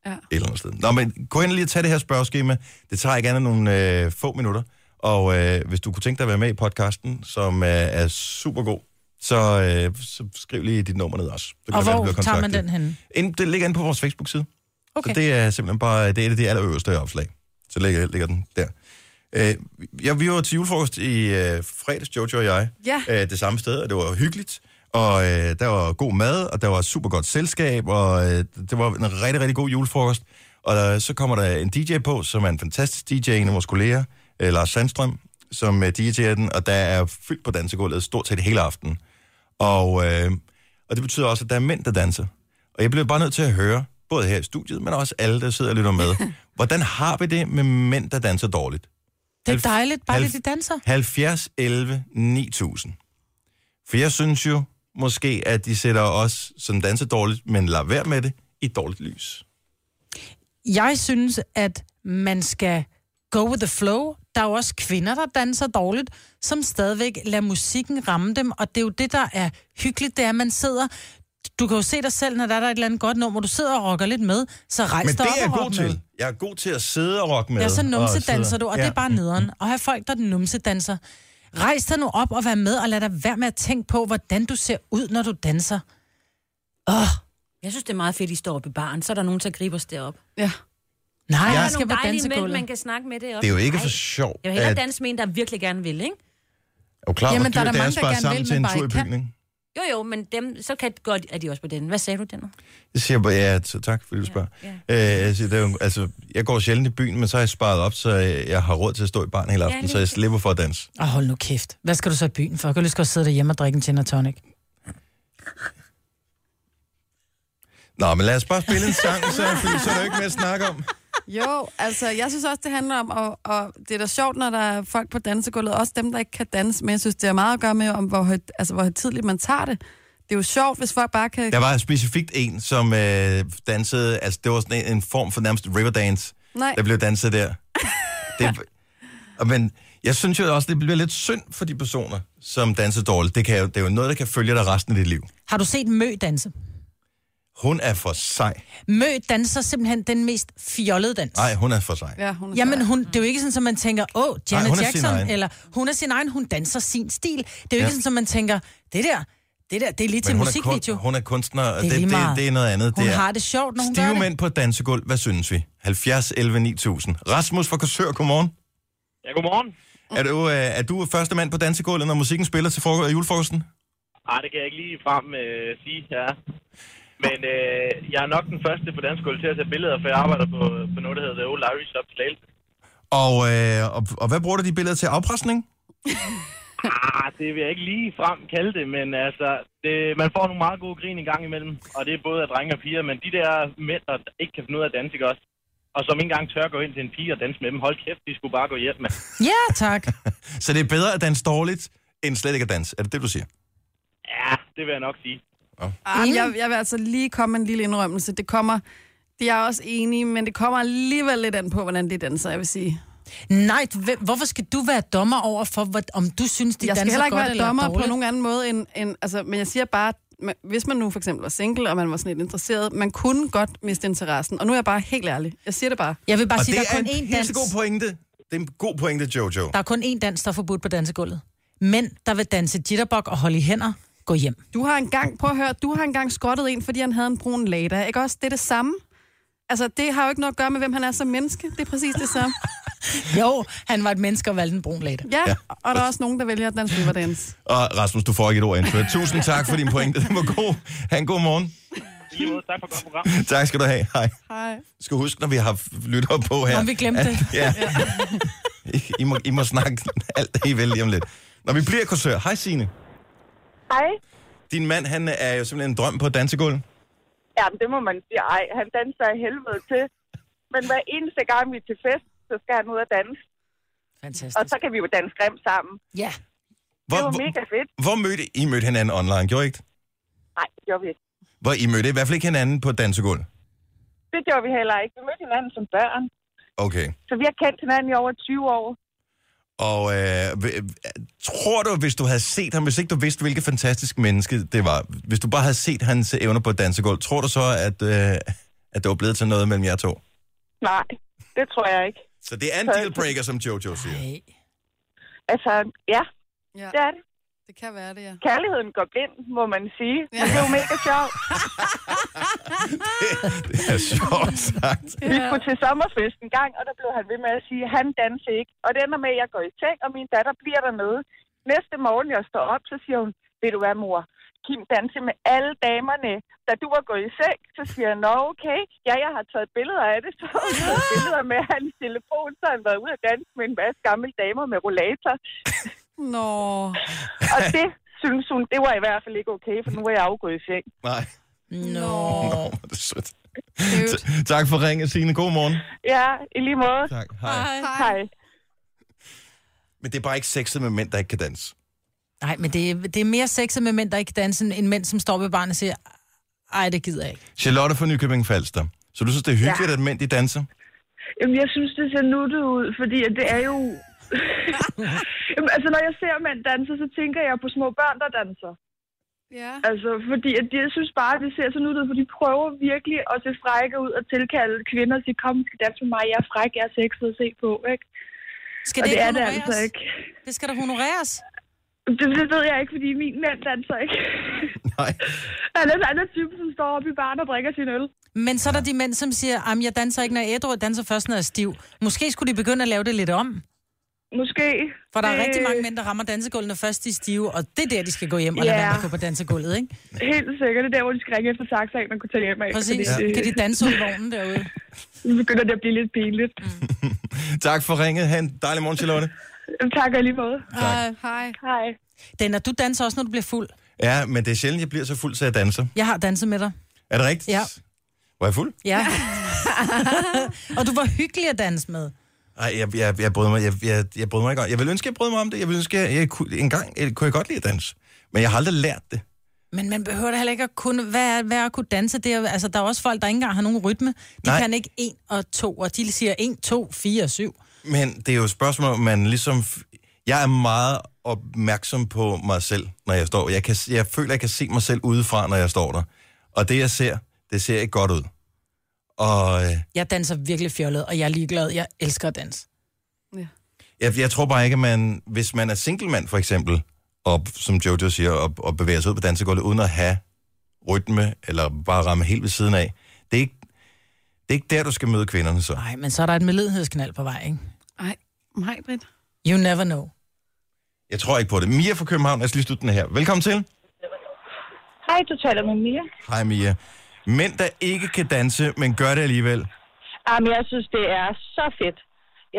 S3: Ja.
S1: Et eller andet sted. Nå, men gå ind og lige og tag det her spørgeskema. Det tager ikke andet end nogle øh, få minutter. Og øh, hvis du kunne tænke dig at være med i podcasten, som øh, er super god, så, øh, så skriv lige dit nummer ned også. Så kan
S4: Og
S1: det være, du
S4: hvor
S1: bliver
S4: tager man
S1: kontaktet.
S4: den henne?
S1: Ind, det ligger inde på vores Facebook-side.
S4: Okay.
S1: Så det er simpelthen bare det er et af de allerøverste opslag. Så ligger, ligger den der. Øh, jeg, vi var til julefrokost i øh, fredags, Jojo og jeg.
S3: Ja.
S1: Øh, det samme sted, og det var hyggeligt. Og øh, der var god mad, og der var super godt selskab, og øh, det var en rigtig, rigtig god julefrokost. Og øh, så kommer der en DJ på, som er en fantastisk DJ, en af vores kolleger, øh, Lars Sandstrøm, som øh, DJ'er den, og der er fyldt på dansegulvet stort set hele aftenen. Og, øh, og det betyder også, at der er mænd, der danser. Og jeg bliver bare nødt til at høre, både her i studiet, men også alle, der sidder og lytter med, hvordan har vi det med mænd, der danser dårligt?
S4: Det er
S1: Halv-
S4: dejligt, bare
S1: halv-
S4: lidt de danser.
S1: 70, 11, 9000. For jeg synes jo måske, at de sætter os, som danser dårligt, men lader være med det, i et dårligt lys.
S4: Jeg synes, at man skal go with the flow. Der er jo også kvinder, der danser dårligt, som stadigvæk lader musikken ramme dem, og det er jo det, der er hyggeligt, det er, at man sidder... Du kan jo se dig selv, når der er der et eller andet godt nummer, du sidder og rocker lidt med, så rejs
S1: Men
S4: dig
S1: det
S4: op
S1: er jeg
S4: og
S1: god
S4: rock med.
S1: til. Jeg er god til at sidde og rocke med.
S4: Ja, så
S1: og
S4: numsedanser
S1: sidde-
S4: du, og det er bare nederen. Og have folk, der numsedanser. Rejs dig nu op og vær med, og lad dig være med at tænke på, hvordan du ser ud, når du danser. Åh,
S8: Jeg synes, det er meget fedt, at I står oppe i baren. Så er der nogen, der griber os derop.
S3: Ja.
S4: Nej,
S8: der
S4: jeg
S8: er
S4: skal
S8: nogle
S4: på
S8: dejlige mænd,
S4: dansegulvet.
S8: man kan snakke med det også.
S1: Det er jo ikke
S8: Nej.
S1: for sjovt,
S8: Jeg vil hellere
S1: at-
S8: danse med en, der virkelig gerne vil, ikke?
S1: Er du klar,
S8: Jamen,
S1: Jamen,
S8: der
S1: hvor
S8: er der
S1: dyrt det er at
S8: mange, der
S1: spare
S8: gerne
S1: sammen
S8: vil,
S1: til
S8: men
S1: en
S8: bare
S1: tur i
S8: ikke kan.
S1: bygning?
S8: Jo, jo, men dem, så kan, godt, er de også på den. Hvad sagde du, Denner?
S1: Jeg siger bare, ja, t- tak fordi du spørger. Ja, ja. Øh, jeg, siger, det er jo, altså, jeg går sjældent i byen, men så har jeg sparet op, så jeg jeg har råd til at stå i barn hele
S4: Ja,
S1: aften,
S4: lige
S1: så jeg slipper for at danse.
S4: Og hold nu kæft. Hvad skal du så i byen for? Jeg kan du lige så godt sidde derhjemme og drikke en gin og tonic?
S1: Nå, men lad os bare spille en sang, så, fordi så er der jo ikke mere at snakke om.
S3: Jo, altså, jeg synes også, det handler om, og, og det er da sjovt, når der er folk på dansegulvet, også dem, der ikke kan danse, men jeg synes, det har meget at gøre med, om hvor, højt- altså, hvor tidligt man tager det. Det er jo sjovt, hvis folk bare kan...
S1: Der var specifikt en, som øh, dansede, altså det var sådan en, en form for nærmest riverdance,
S3: Nej.
S1: der blev danset der. Det, og men jeg synes jo også, det bliver lidt synd for de personer, som danser dårligt. Det, kan, jo- det er jo noget, der kan følge dig resten af dit liv.
S4: Har du set Mø danse?
S1: Hun er for sej.
S4: Mø danser simpelthen den mest fjollede dans.
S1: Nej, hun er for sej.
S3: Ja, hun
S4: Jamen, hun, det er jo ikke sådan, at man tænker, åh, Janet
S1: hun er sin egen.
S4: Jackson, eller hun er sin egen, hun danser sin stil. Det er jo
S1: Ja.
S4: ikke sådan, at man tænker, det der, det der, det er lige til
S1: Men
S4: en
S1: hun er, kun,
S4: musikvideo.
S1: hun er kunstner, og
S4: Det
S1: det,
S4: er lige
S1: det, det,
S4: meget.
S1: det er noget andet.
S4: Hun
S1: det er.
S4: har det sjovt, når hun gør
S1: Stive
S4: det.
S1: mænd på dansegulv, hvad synes vi? 70, 11, 9000. Rasmus fra Korsør, godmorgen.
S12: Ja, godmorgen.
S1: Er du, øh, er du første mand på dansegulvet, når musikken spiller til frok- julefrokosten?
S12: Ej, det kan jeg ikke lige frem øh, sige, jeg er. Men øh, jeg er nok den første på dansk skole til at tage billeder, for jeg arbejder på, på noget, der hedder The Old Irish Shop Slagelse.
S1: Og, øh, og, og hvad bruger du de billeder til? Afpresning?
S12: Ah, det vil jeg ikke lige frem kalde det, men altså, det, man får nogle meget gode grin en gang imellem. Og det er både af drenge og piger, men de der mænd, der ikke kan finde ud af at danse, ikke også? Og som ikke engang tør gå ind til en pige og danse med dem. Hold kæft, de skulle bare gå hjem, mand.
S4: Ja, tak.
S1: (laughs) Så det er bedre at danse dårligt, end slet ikke at danse. Er det det, du siger?
S12: Ja, det vil jeg nok sige.
S3: Jamen, jeg, jeg vil altså lige komme med en lille indrømmelse. Det kommer... Det er jeg også enig, men det kommer alligevel lidt an på, hvordan de danser, jeg vil sige.
S4: Nej, du- hvem- hvorfor skal du være dommer over for, hvor, om du synes, de
S3: jeg skal
S4: danser
S3: heller ikke
S4: godt
S3: være
S4: eller
S3: dommer
S4: dårligt?
S3: på nogen anden måde end, end altså, men jeg siger bare, at ma- hvis man nu for eksempel var single, og man var sådan lidt interesseret, man kunne godt miste interessen. Og nu er jeg bare helt ærlig. Jeg siger det bare.
S4: Jeg vil bare
S1: og
S4: sige,
S1: det
S4: der er kun
S1: en
S4: én
S1: helt
S4: dans.
S1: god pointe. Det er en god pointe, Jojo.
S4: Der er kun én dans, der er forbudt på dansegulvet. Mænd, der vil danse jitterbug og holde i hænder, gå hjem.
S3: Du har engang, prøv at høre, du har engang skrottet en, fordi han havde en brun lada. Ikke også? Det er det samme. Altså, det har jo ikke noget at gøre med, hvem han er som menneske. Det er præcis det samme.
S4: (laughs) Jo, han var et menneske og valgte en brun lada.
S3: Ja, og der er også nogen, der vælger at danse Riverdance.
S1: Og Rasmus, du får ikke et ord indført. Tusind tak for din pointe. Den var god. Ha' en god morgen.
S12: Tak for godt program.
S1: (laughs) Tak skal du have. Hej.
S3: Hej.
S1: Du skal huske, når vi har lyttere på her.
S4: Om vi glemte det.
S1: Ja. (laughs) I- I, må, I må snakke alt det, I vil lige om lidt. Når vi bliver kursør. Hej, Signe.
S13: Hej.
S1: Din mand, han er jo simpelthen en drøm på dansegulv.
S13: Ja, men det må man sige. Ej, han danser af helvede til. Men hver eneste gang, vi er til fest, så skal han ud og danse.
S4: Fantastisk.
S13: Og så kan vi jo danse grimt sammen.
S4: Ja.
S13: det var mega fedt.
S1: Hvor mødte I mødte hinanden online, gjorde I ikke?
S13: Nej, det gjorde vi ikke.
S1: Hvor I mødte i hvert fald ikke hinanden på dansegulv.
S13: Det gjorde vi heller ikke. Vi mødte hinanden som børn.
S1: Okay.
S13: Så vi har kendt hinanden i over 20 år.
S1: Og øh, hv- tror du, hvis du havde set ham, hvis ikke du vidste, hvilket fantastisk menneske det var, hvis du bare havde set hans evner på et dansegulv, tror du så, at, øh, at det var blevet til noget mellem jer to?
S13: Nej, det tror jeg ikke.
S1: Så det er en dealbreaker, som Jojo siger.
S13: Altså, ja.
S3: ja.
S13: Det er det.
S3: Det kan være det, ja.
S13: Kærligheden går blind, må man sige. Men det er jo mega sjovt.
S1: (laughs) Det er sjovt sagt.
S13: Vi skulle til sommerfest en gang, og der blev han ved med at sige, at han danser ikke. Og det ender med, at jeg går i seng, og min datter bliver dernede. Næste morgen, jeg står op, så siger hun, ved du hvad, mor? Kim danser med alle damerne. Da du var gået i seng, så siger jeg, nå okay, ja, jeg har taget billeder af det. (laughs) Så har jeg taget billeder med hans telefon, så har han været ude at danse med en masse gamle damer med rollator.
S3: Nå.
S13: Og det synes hun, det var i hvert fald ikke okay, for nu var jeg afgået i seng.
S1: Nej.
S4: Nå.
S1: Nå, hvor er det sødt. T- tak for ringen, Signe. God morgen.
S13: Ja, i lige måde.
S1: Tak. Hej.
S13: Hej.
S1: Men det er bare ikke sexet med mænd, der ikke kan danse.
S4: Nej, men det, er- det er mere sexet med mænd, der ikke danser, end mænd, som står ved barnet og siger, ej, det gider jeg ikke.
S1: Charlotte fra Nykøbing Falster. Så du synes, det er hyggeligt, ja. at mænd de danser?
S14: Jamen, jeg synes, det ser nuttet ud, fordi at det er jo...
S4: (laughs)
S14: Jamen, altså, når jeg ser mænd danse, så tænker jeg på små børn, der danser.
S3: Ja.
S14: Altså, fordi at jeg synes bare, at det ser så nuttet ud, for de prøver virkelig at se frække ud og tilkalde kvinder og sige, kom, I skal danse med mig, jeg er fræk, jeg er sexet at se på, ikke?
S4: Skal
S14: og
S4: det
S14: det
S4: ikke
S14: er det
S4: honoreres?
S14: altså ikke.
S4: Det skal der honoreres.
S14: Det, det ved jeg ikke, fordi min mand danser ikke.
S1: Nej.
S14: Han er den anden type, som står oppe i baren og drikker sin øl.
S4: Men så er der de mænd, som siger, at jeg danser ikke, når jeg er ædru, jeg danser først, når jeg er stiv. Måske skulle de begynde at lave det lidt om.
S14: Måske.
S4: For der er
S14: Det-
S4: rigtig mange mænd, der rammer dansegulvet, når først de er stive, og det er der, de skal gå hjem og lade
S14: Øh. Ja.
S4: være med at gå på dansegulvet, ikke?
S14: Helt sikkert. Det er der, hvor de skal ringe efter taxaen og kunne tage hjem af.
S4: Præcis. Kan de danse ud i vognen derude?
S14: Nu begynder det at blive lidt pinligt.
S1: (laughs) Tak for ringet. Ha' en dejlig morgen, Charlotte.
S14: Tak og lige måde.
S4: Hej.
S3: Hej.
S14: Hej.
S4: Den, og du danser også, når du bliver fuld.
S1: Ja, men det er sjældent, jeg bliver så fuld, så jeg danser.
S4: Jeg har danset med dig.
S1: Er det rigtigt?
S4: Ja.
S1: Var jeg fuld?
S14: (laughs)
S4: Ja. og du var hyggelig at danse med.
S1: Nej, jeg, jeg, jeg, brød mig, jeg, jeg, jeg brød mig ikke om. Jeg vil ønske, jeg brød mig om det. Jeg vil ønske, jeg, jeg kunne, en gang jeg, kunne jeg godt lide at danse. Men jeg har aldrig lært det.
S4: Men man behøver da heller ikke at kunne... Hvad er, hvad er at kunne danse? Det er, jo- altså, der er også folk, der ikke engang har nogen rytme. De
S1: Nej.
S4: Nej. kan ikke 1 og 2, og de siger 1, 2, 4 og 7.
S1: Men det er jo et spørgsmål, om man ligesom... f- Jeg er meget opmærksom på mig selv, når jeg står. Jeg, kan, jeg føler, jeg kan se mig selv udefra, når jeg står der. Og det, jeg ser, det ser ikke godt ud. Og øh,
S4: Jeg danser virkelig fjollet, og jeg er ligeglad. Jeg elsker at danse.
S1: jeg, jeg tror bare ikke, at man... Hvis man er singlemand, for eksempel, og som Jojo siger, og, og bevæger sig ud på dansegulvet, uden at have rytme, eller bare ramme helt ved siden af, det er ikke, det er ikke der, du skal møde kvinderne så.
S4: Nej, men så er der et medlidenhedsknald på vej, ikke?
S3: Nej, nej, Britt.
S4: You never know.
S1: Jeg tror ikke på det. Mia fra København, lad os lige slutte den her. Velkommen til.
S15: Hej, du taler med Mia.
S1: Hej Mia. Mænd, der ikke kan danse, men gør det alligevel.
S15: Jamen, jeg synes, det er så fedt.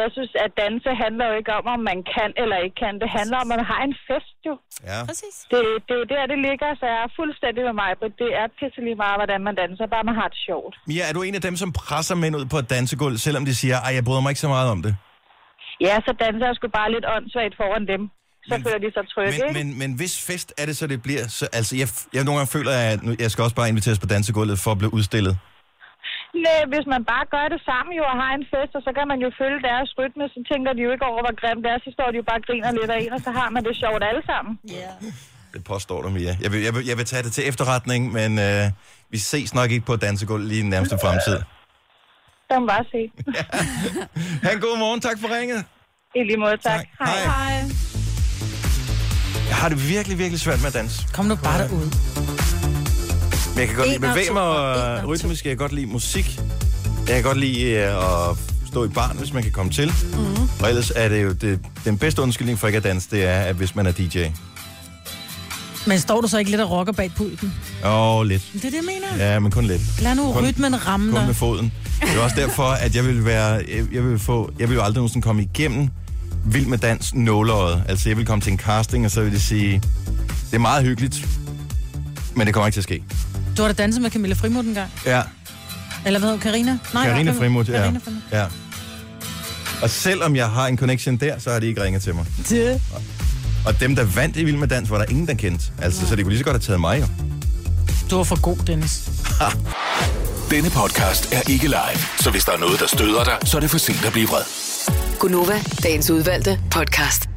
S15: Jeg synes, at danse handler jo ikke om, om man kan eller ikke kan. Det handler om, at man har en fest, jo.
S1: Ja.
S4: Præcis.
S15: Det, det er der, det ligger, så jeg er fuldstændig med mig, Britt. Det er pisse lige meget, hvordan man danser, bare man har det sjovt.
S1: Mia, er du en af dem, som presser mænd ud på et dansegulv, selvom de siger, at jeg bryder mig ikke så meget om det?
S15: Ja, så danser jeg sgu bare lidt åndssvagt foran dem. Så men, føler de sig trygge,
S1: Men,
S15: ikke?
S1: men, men hvis fest er det, så det bliver... Så, altså, jeg, jeg nogle gange føler, at nu, jeg skal også bare inviteres på dansegulvet for at blive udstillet.
S15: Nej, hvis man bare gør det sammen jo og har en fest, og så kan man jo følge deres rytme, så tænker de jo ikke over, hvor grimt det er, så står de jo bare og griner lidt af en, og så har man det sjovt alle sammen.
S4: Yeah.
S1: Det påstår du, Mia. Jeg vil, jeg vil, jeg vil tage det til efterretning, men øh, vi ses nok ikke på et dansegulv lige i den nærmeste fremtid.
S15: Så kan man bare se.
S1: (laughs) Ha' en god morgen. Tak for ringet.
S15: I lige måde, tak. tak.
S1: Hej.
S3: Hej.
S1: Jeg har det virkelig, virkelig svært med at danse.
S4: Kom nu bare derud.
S1: Men jeg kan godt lide
S4: En og
S1: bevæge
S4: to,
S1: mig,
S4: og
S1: og rytmisk, jeg kan godt lide musik. Jeg kan godt lide øh, at stå i barn, hvis man kan komme til.
S4: Mhm.
S1: Mm. Og ellers er det jo det, den bedste undskyldning for ikke at danse, det er, at hvis man er DJ.
S4: Men står du så ikke lidt og rocker bag pulten?
S1: Åh, oh, lidt.
S4: Det er det, jeg mener.
S1: Ja, men kun lidt.
S4: Lad nu
S1: kun,
S4: rytmen ramme
S1: Kun med
S4: dig.
S1: foden. Det er også derfor, at jeg vil være, jeg, jeg vil få, jeg vil jo aldrig nogensinde komme igennem vild med dans nåløjet. Altså, jeg vil komme til en casting, og så vil de sige, det er meget hyggeligt, men det kommer ikke til at ske.
S4: Du har da danset med Camilla Frimod en gang.
S1: Ja.
S4: Eller hvad hedder Karina?
S1: Karina Frimod, ja.
S4: Karina Frimod.
S1: ja. Og selvom jeg har en connection der, så har de ikke ringet til mig.
S4: Det.
S1: Og dem, der vandt i Vild med Dans, var der ingen, der kendte. Altså, så det kunne lige så godt have taget mig, jo.
S4: Du var for god, Dennis.
S6: Denne podcast er ikke live, så hvis der er noget, der støder dig, så er det for sent at blive vred.
S5: Gunova, dagens udvalgte podcast.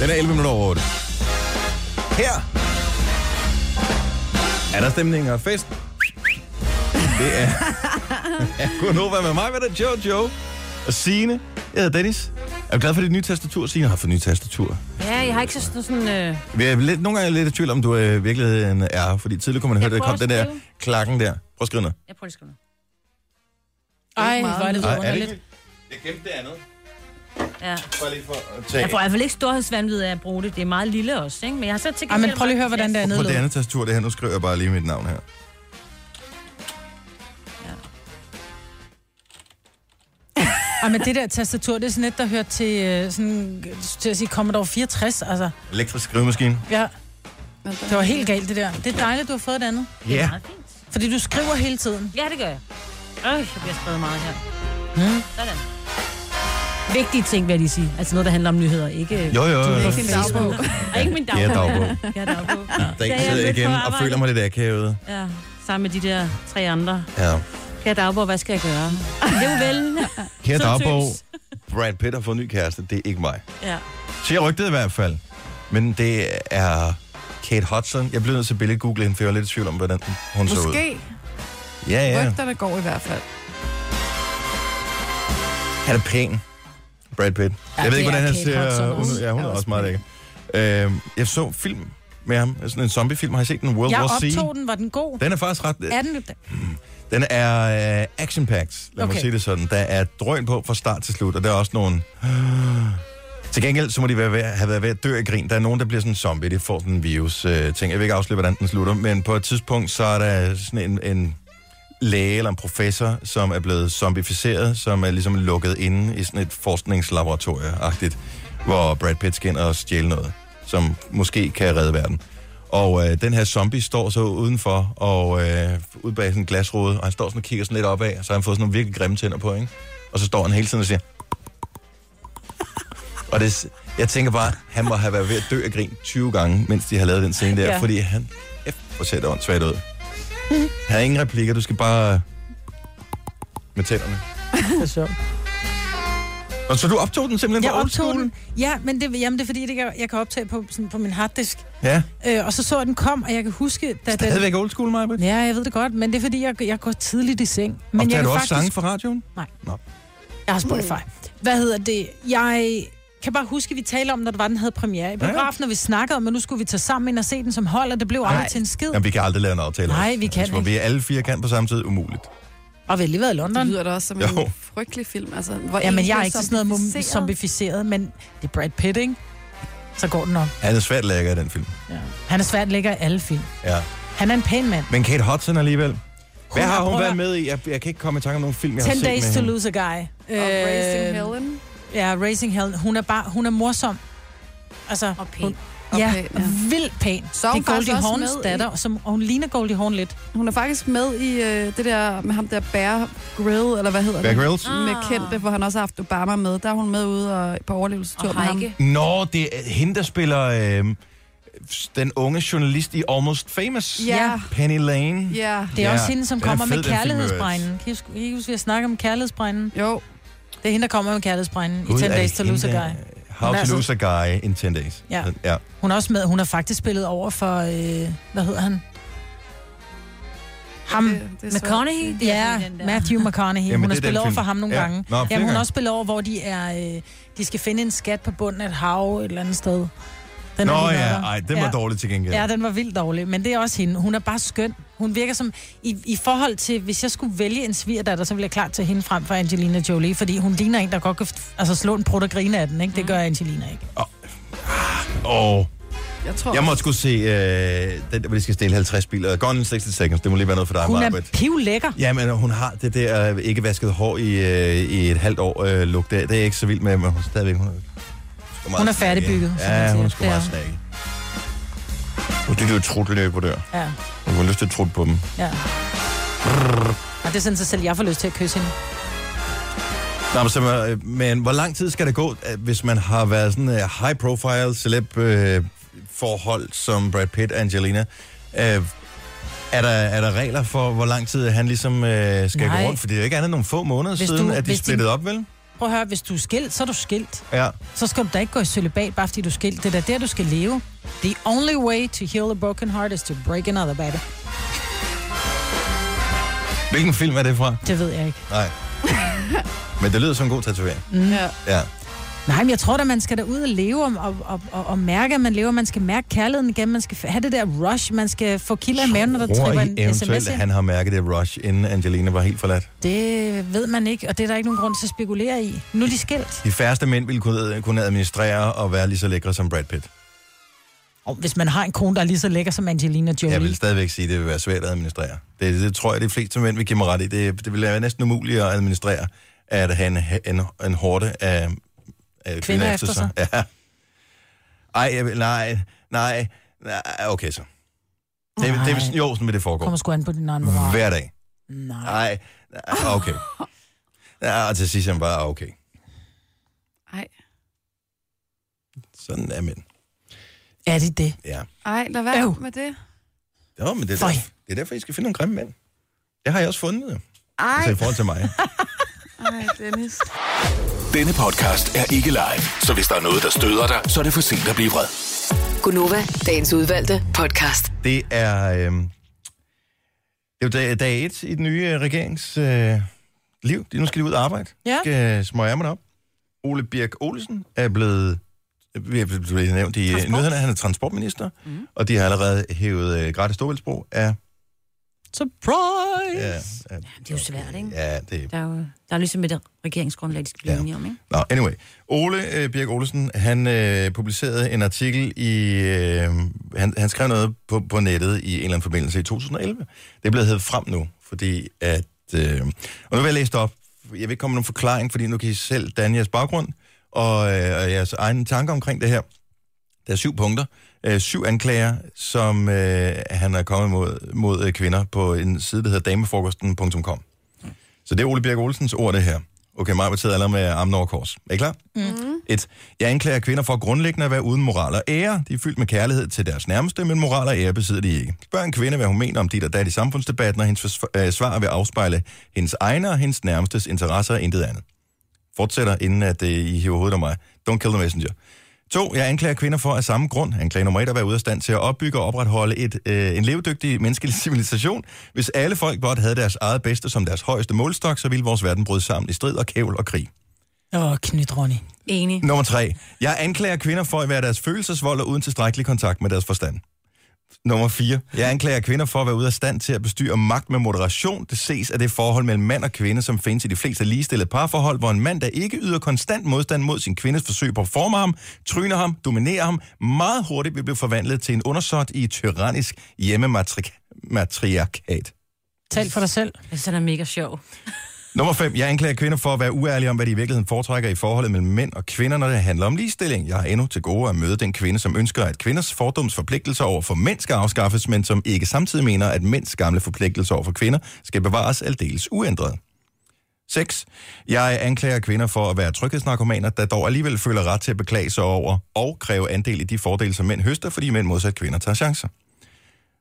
S1: Den er 11 minutter over 8. Her er der stemning og fest. Det er, (laughs) er Gunova med mig, hvad der er Jojo og Signe. Jeg hedder Dennis. Er du glad for dit nye tastatur? Signe har fået nye tastatur.
S8: Ja, jeg har ikke så sådan... Øh...
S1: Vi er lidt, nogle gange er jeg lidt i tvivl om, du øh, i virkeligheden er, fordi tidligere kunne man høre,
S8: Jeg
S1: at der
S8: prøver
S1: kom
S8: at
S1: den der
S8: skrive.
S1: klakken der. Prøv at skrive ned.
S8: Jeg prøver lige at skrive
S4: Ej,
S8: noget.
S4: hvor er det
S1: Ej, er det
S4: underligt.
S1: ikke? Jeg glemte det andet.
S8: Ja.
S1: Bare lige for at tage...
S8: Jeg får i hvert fald ikke storhedsvandvid af at bruge det. Det er meget lille også, ikke? Men jeg har så til
S4: Ej, men prøv lige at høre, hvordan det er
S1: På det
S4: nedlød.
S1: andet tastatur, det her, nu skriver jeg bare lige mit navn her.
S4: Ej, men det der tastatur, det er sådan et, der hører til, øh, sådan, til at sige Commodore 64, altså.
S1: Elektrisk skrivemaskine.
S4: Ja. Det var helt galt, det der. Det er dejligt, du har fået det andet.
S1: Ja. Yeah.
S4: Fordi du skriver hele tiden.
S8: Ja, det gør jeg. Øj, jeg bliver skrevet meget her.
S4: Hmm.
S8: Sådan. Vigtige ting, vil jeg lige sige. Altså noget, der handler om nyheder, ikke...
S1: Jo, jo, jo.
S8: Ikke min
S1: Ikke min
S8: dagbog. Og ikke min
S1: Det er
S8: dagbog.
S1: dagbog.
S8: Ja, dagbog.
S1: Der
S8: Da jeg
S1: sidder jeg
S8: mødte
S1: igen
S8: på
S1: og
S8: arbejde.
S1: føler mig lidt akavet.
S8: Ja, sammen med de der tre andre.
S1: Ja.
S8: Kære dagbog, hvad skal jeg gøre? Lev vel.
S1: Kære
S8: Så
S1: dagbog,
S8: tyndt.
S1: Brad Pitt har fået en ny kæreste. Det er ikke mig.
S8: Ja.
S1: Siger rygtet i hvert fald. Men det er Kate Hudson. Jeg blev nødt til at billedgoogle hende, for jeg var lidt i tvivl om, hvordan hun så ud.
S3: Måske.
S1: Ja, ja.
S3: Rygterne går i hvert fald.
S1: Han er pæn. Brad Pitt.
S3: Ja,
S1: jeg ved ikke,
S3: det
S1: hvordan
S3: er
S1: han
S3: Kate Hudson
S1: ser ud.
S3: også.
S1: Ja, hun er også meget lækker. Øh, jeg så film med ham. Sådan en zombiefilm. Har I set den? World
S4: Jeg
S1: War Z?
S4: optog den, var den god?
S1: Den er faktisk ret...
S4: Er den?
S1: Den er øh, action-packed, lad okay.
S16: Okay.
S1: mig sige det sådan. Der er drøn på fra start til slut, og der er også nogle... Til gengæld, så må de være ved, have været ved at dø af grin. Der er nogen, der bliver sådan en zombie, de får sådan en virus-ting. jeg vil ikke afsløre, hvordan den slutter, men på et tidspunkt, så er der sådan en, en læge eller en professor, som er blevet zombificeret, som er ligesom lukket inde i sådan et forskningslaboratorie-agtigt, hvor Brad Pitt skal ind og stjæle noget, som måske kan redde verden. Og øh, den her zombie står så udenfor og øh, ude bag sådan en glasrude, og han står sådan og kigger sådan lidt opad, så har han fået sådan nogle virkelig grimme tænder på, ikke? Og så står han hele tiden og siger... (laughs) Og det, s- jeg tænker bare, han må have været ved at dø af grin 20 gange, mens de har lavet den scene der,
S16: Ja.
S1: ja. fordi han... F, hvor ser det åndssvagt ud. Han har ingen replikker, du skal bare... Med tænderne.
S4: Det er sjovt.
S1: Og så du optog den simpelthen
S4: Jeg
S1: fra old
S4: optog
S1: school?
S4: den. Ja, men det, jamen, det er fordi, det kan, jeg kan optage på, sådan, på min harddisk.
S1: Ja.
S4: Øh, og så så jeg, den kom, og jeg kan huske... Da
S1: Stadigvæk old school, Maja?
S4: Ja, jeg ved det godt, men det er fordi, jeg, jeg går tidligt i seng. Men
S1: Men
S4: jeg
S1: Optager
S4: kan
S1: du også faktisk... sange fra radioen?
S4: Nej.
S1: Nå.
S4: Jeg har Spotify. Hvad hedder det? Jeg kan bare huske, at vi talte om, når det var, den havde premiere i
S1: Ja, ja.
S4: biografen, og vi snakkede om, at nu skulle vi tage sammen ind og se den som hold, og det blev aldrig til en skid.
S1: Jamen, vi kan aldrig lave en aftale.
S4: Nej,
S1: også.
S4: vi kan
S1: Hvis hvor
S4: ikke.
S1: vi er alle fire kan på samme tid, umuligt.
S4: Og vi har lige været i London.
S3: Det lyder da også som
S1: Jo.
S3: en frygtelig film. Altså, hvor
S4: Ja, men
S3: en
S4: jeg er
S3: bliver
S4: ikke sådan noget mum-
S3: zombificeret.
S4: zombificeret, men det er Brad Pitt, ikke? Så går den nok.
S1: Han er svært lækker i den film.
S4: Han er svært lækker i alle film.
S1: Ja.
S4: Han er en pæn mand.
S1: Men Kate Hudson alligevel. Hvad
S4: Hun-
S1: har hun
S4: prøv at-
S1: været med i? Jeg, jeg kan ikke komme i tanke om nogen film, jeg har
S4: 10
S1: set med
S4: Days to
S1: hende.
S4: Lose a Guy. Og
S3: Raising Helen.
S4: Ja, Raising Helen. Hun er bare, hun er morsom. Altså, og pæn. Hun, ja,
S3: pæn, ja.
S4: vildt pæn.
S3: Så er hun
S4: det er Goldie
S3: faktisk også
S4: Horns
S3: med i-
S4: datter, som, og hun ligner Goldie Horn lidt.
S3: Hun er faktisk med i øh, det der med ham der Bear Grill, eller hvad hedder
S1: Bear
S3: det?
S1: Grylls?
S3: Med kendte, hvor han også har haft Obama med. Der er hun med ude og, på overlevelsestur med ham.
S1: Nå, det er hende, der spiller øh, den unge journalist i Almost Famous.
S4: Ja.
S1: Penny Lane.
S3: Ja.
S4: Det er også hende, som
S1: Den er
S4: kommer med
S1: fed, den film,
S4: kærlighedsbrænden. Kan I huske, kan I huske, vi har snakket om kærlighedsbrænden?
S3: Jo.
S4: Det er hende, der kommer med kærlighedsbrænden i
S1: Gud,
S4: 10
S1: er
S4: Days
S1: det
S4: to Lose a
S1: hende,
S4: Guy.
S1: How
S4: Hun er
S1: to
S4: så-
S1: Lose a Guy in 10 Days.
S4: Altså- Ja.
S1: ja.
S4: Hun er også med. Hun har faktisk spillet over for, øh, hvad hedder han? Ham.
S8: er svært McConaughey? at sige.
S4: Ja,
S8: Det er den der. (laughs)
S4: Matthew McConaughey.
S8: Jamen,
S4: Jamen, hun har
S8: det er den
S4: spillet over
S8: film.
S4: for ham nogle
S8: Ja.
S4: gange.
S8: Nå, flere
S4: Jamen, hun
S8: gange.
S4: har også spillet over, hvor de, er, øh, de skal finde en skat på bunden af et hav et eller andet sted.
S1: Nå
S4: har lige
S1: ja,
S4: været der.
S1: ej, den var dårlig til gengæld.
S4: Ja, den var vildt dårlig, men det er også hende. Hun er bare skøn. Hun virker som, i, i forhold til, hvis jeg skulle vælge en svigerdatter, så ville jeg klart til hende frem for Angelina Jolie, fordi hun ligner en, der godt kan f- altså, slå en prut og grine af den, ikke?
S8: Mm.
S4: Det gør Angelina ikke.
S1: Og
S3: jeg,
S1: tror, jeg måtte skulle se, øh, den, der, hvor de skal stille 50 biler. Gone in 60 seconds, det må lige være noget for dig,
S4: Hun er
S1: Marbet.
S4: pivlækker.
S1: Ja, men hun har det der øh, ikke vasket hår i, øh, i et halvt år øh, lugt af. Det er jeg ikke så vild med, men hun er stadigvæk... Hun er, sgu meget
S4: Hun er
S1: snakke,
S4: færdigbygget,
S1: ikke?
S4: som man
S1: Ja, hun
S4: siger.
S1: er sgu
S4: Det er
S1: meget
S4: hun.
S1: snakke. Nu skal de jo trutte løbe på dør.
S4: Ja,
S1: Hun har lyst til at trutte på dem.
S4: ja. Og det er sådan, så selv jeg får lyst til at kysse hende.
S1: Nå, men, så, øh, men hvor lang tid skal det gå, øh, hvis man har været sådan uh, high profile celeb uh, forhold som Brad Pitt og Angelina? Uh, er der, er der regler for, hvor lang tid han ligesom øh, skal
S4: Nej.
S1: gå rundt? For det er jo ikke andet end nogle få måneder
S4: Hvis
S1: siden,
S4: du-
S1: at de
S4: hvis de-
S1: splittede op, vel?
S4: Prøv at høre, hvis du er skilt, så er du skilt.
S1: Ja.
S4: Så skal du da ikke gå i cølibat, bare fordi du er skilt. Det er da der, du skal leve. The only way to heal a broken heart is to break another, baby.
S1: Hvilken film er det fra?
S4: Det ved jeg ikke. (laughs)
S1: Nej. Men det lyder som en god tatovering.
S4: Mm. Ja.
S1: Ja.
S4: Nej, men jeg tror da, man skal derud og leve og, og, og, og, og mærke, at man lever. Man skal mærke kærligheden igen. Man skal f- have det der rush. Man skal få kilder i maven, når der
S1: Tror
S4: tripper
S1: I
S4: en
S1: eventuelt,
S4: sms
S1: at
S4: ind.
S1: han har mærket det rush, inden Angelina var helt forladt?
S4: Det ved man ikke, og det er der ikke nogen grund til at spekulere i. Nu er de skilt.
S1: De færreste mænd ville kunne, øh, kunne administrere og være lige så lækre som Brad Pitt.
S4: Og hvis man har en kone, der er lige så lækker som Angelina Jolie.
S1: Jeg vil stadigvæk sige, at det vil være svært at administrere. Det, det tror jeg, de fleste mænd vil give mig ret i. Det, det vil være næsten umuligt at administrere, at have en, en, en hårde af, af kvinder,
S4: efter
S1: sig. Ja. Ej, jeg vil, nej, nej, nej, okay så. Det, nej. det, det, jo, sådan vil det foregå.
S4: kommer sgu an på din egen moral.
S1: Hver dag. Nej. Nej, okay. Ja, og til sidst er han bare, ah, okay.
S3: Ej.
S1: Sådan er mænd.
S4: Er det det?
S1: Ja.
S3: Ej, lad være med det.
S1: Jo, men det er,
S3: Føj.
S1: derfor, det er derfor, I skal finde nogle grimme mænd. Det har jeg også fundet, jo.
S3: Ej.
S1: Altså i forhold til mig.
S3: Ej, Dennis.
S6: Denne podcast er ikke live, så hvis der er noget, der støder dig, så er det for sent at blive vred.
S5: Gunova, dagens udvalgte podcast.
S1: Det er, øh, det er jo dag, dag et i den nye øh, regerings øh, liv. De- Nu skal de ud og arbejde.
S4: Ja.
S1: Skal øh, smøge ærmerne op. Ole Birk Olesen er blevet, vi er blevet blevet nævnt i øh, nyhederne, han er transportminister, mm. og de har allerede hævet øh, gratis storbæltsbro af
S4: Surprise!
S1: Ja,
S8: Det
S1: ja,
S8: er jo svært, ikke?
S1: ja det
S8: Der er jo der er ligesom et regeringsgrundlag, de skal blive enige om, ikke?
S1: Nå, anyway. Ole øh, Birk Olesen, han øh, publicerede en artikel i... Øh, han, han skrev noget på, på nettet i en eller anden forbindelse i 2011. Det er blevet hævet frem nu, fordi at... Øh, og nu vil jeg læse det op. Jeg vil ikke komme med nogen forklaring, fordi nu kan I selv danne jeres baggrund og, øh, og jeres egne tanker omkring det her. Der er syv punkter. Øh, syv anklager, som øh, han er kommet mod, mod øh, kvinder på en side, der hedder damefrokosten.com. Så det er Ole Birk Olsens ord, det her. Okay, mig betyder allerede med armen over kors. Er I klar?
S16: Mm.
S1: Et. Jeg anklager kvinder for grundlæggende at være uden moral og ære. De er fyldt med kærlighed til deres nærmeste, men moral og ære besidder de ikke. Spørg en kvinde, hvad hun mener om dit og dat i samfundsdebatten, og hendes forsv- øh, svar vil afspejle hendes egne og hendes nærmestes interesser og intet andet. Fortsætter, inden at øh, I hiver hovedet af mig. Don't kill the messenger. To, jeg anklager kvinder for af samme grund. Anklage nummer et at være ude af stand til at opbygge og opretholde et, øh, en levedygtig menneskelig (laughs) civilisation. Hvis alle folk blot havde deres eget bedste som deres højeste målstok, så ville vores verden bryde sammen i strid og kævl og krig.
S4: Åh, knyt, Ronny.
S8: Enig.
S1: Nummer tre. Jeg anklager kvinder for at være deres følelsesvolder uden tilstrækkelig kontakt med deres forstand. Nummer 4. Jeg anklager kvinder for at være ude af stand til at bestyre magt med moderation. Det ses af det forhold mellem mand og kvinde, som findes i de fleste ligestillede parforhold, hvor en mand, der ikke yder konstant modstand mod sin kvindes forsøg på at forme ham, tryner ham, dominerer ham, meget hurtigt vil blive forvandlet til en undersåt i et tyrannisk hjemmematriarkat.
S4: Tal for dig selv.
S8: Jeg synes, han er mega sjov.
S1: Nummer 5. Jeg anklager kvinder for at være uærlige om, hvad de i virkeligheden foretrækker i forholdet mellem mænd og kvinder, når det handler om ligestilling. Jeg har endnu til gode at møde den kvinde, som ønsker, at kvinders fordomsforpligtelser over for mænd skal afskaffes, men som ikke samtidig mener, at mænds gamle forpligtelser over for kvinder skal bevares aldeles uændret. 6. Jeg anklager kvinder for at være tryghedsnarkomaner, der dog alligevel føler ret til at beklage sig over og kræve andel i de fordele, som mænd høster, fordi mænd modsat kvinder tager chancer.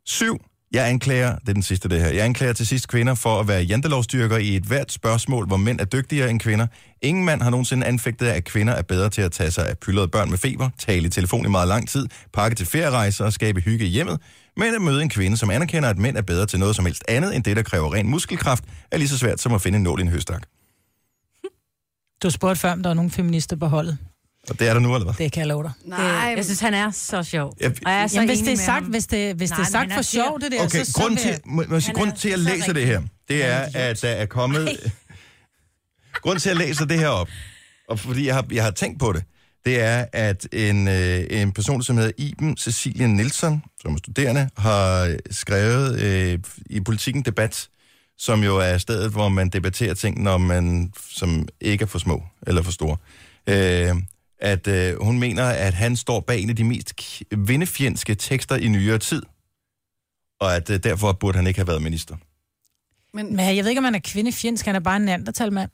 S1: 7. Jeg anklager, det er den sidste det her, jeg anklager til sidst kvinder for at være jantelovstyrker i et hvert spørgsmål, hvor mænd er dygtigere end kvinder. Ingen mand har nogensinde anfægtet, af, at kvinder er bedre til at tage sig af pyldrede børn med feber, tale i telefon i meget lang tid, pakke til ferierejser og skabe hygge i hjemmet, men at møde en kvinde, som anerkender, at mænd er bedre til noget som helst andet end det, der kræver ren muskelkraft, er lige så svært som at finde en nål i en høstak.
S4: Du spurgte før, om der var nogen feminister på holdet.
S1: Og det er der nu, eller hvad?
S4: Det kan jeg love dig.
S8: Nej, jeg synes, han er så sjov.
S1: Jeg-
S8: Og jeg er så
S4: Jamen, hvis
S8: enig
S4: det er
S8: med
S4: sagt,
S8: ham.
S4: hvis det, hvis det er
S8: Nej,
S4: sagt
S8: men
S4: for
S8: han siger-
S4: sjov, det der,
S1: Okay,
S4: så, så
S1: grund
S4: vil
S1: til,
S4: jeg-
S1: må, må jeg sige, grund til, at jeg læser det her, det er, at der er kommet... (laughs) grund til, at jeg læser det her op, og fordi jeg har, jeg har tænkt på det, det er, at en, øh, en person, som hedder Iben Cecilia Nielsen, som er studerende, har skrevet øh, i Politiken Debat, som jo er stedet, hvor man debatterer ting, når man, som ikke er for små eller for store. Øh, at øh, hun mener, at han står bag en af de mest kvindefjendske tekster i nyere tid, og at øh, derfor burde han ikke have været minister.
S4: Men, Mm. men jeg ved ikke, om han er kvindefjendsk, han er bare en andertalmand.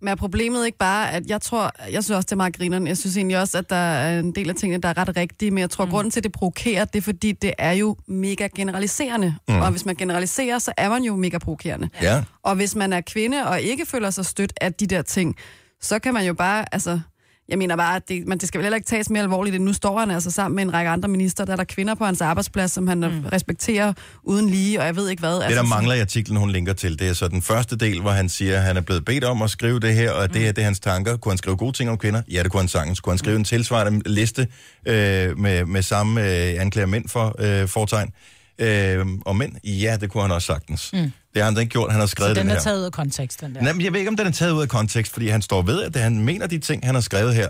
S3: Men er problemet ikke bare, at jeg tror, jeg synes også, det er meget grineren. Jeg synes egentlig også, at der er en del af tingene, der er ret rigtige, men jeg tror, mm. grunden til, at det provokerer, det er, fordi det er jo mega generaliserende.
S16: Mm.
S3: Mm. Og hvis man generaliserer, så er man jo mega provokerende.
S1: Ja.
S3: Og hvis man er kvinde og ikke føler sig stødt af de der ting, så kan man jo bare, altså... Jeg mener bare, at det, man, det skal vel heller ikke tages mere alvorligt, end nu står han altså sammen med en række andre minister. Der er der kvinder på hans arbejdsplads, som han mm. respekterer uden lige, og jeg ved ikke hvad.
S1: Det,
S3: altså,
S1: der
S3: sådan-
S1: mangler i artiklen, hun linker til, det er så den første del, hvor han siger, at han er blevet bedt om at skrive det her, og at
S4: Mm.
S1: det her det er hans tanker. Kunne han skrive gode ting om kvinder? Ja, det kunne han sagtens. Kunne han skrive en tilsvarende liste øh, med, med samme øh, anklager mænd for øh, fortegn? Øh, og mænd? Ja, det kunne han også sagtens. Mm.
S4: Mm.
S1: Det har han da ikke gjort. Han har
S4: Så
S1: skrevet
S4: den
S1: her.
S4: er taget ud af kontekst, den der.
S1: Nej, men jeg ved ikke, om den er taget ud af kontekst, fordi han står ved, at det, han mener de ting, han har skrevet her.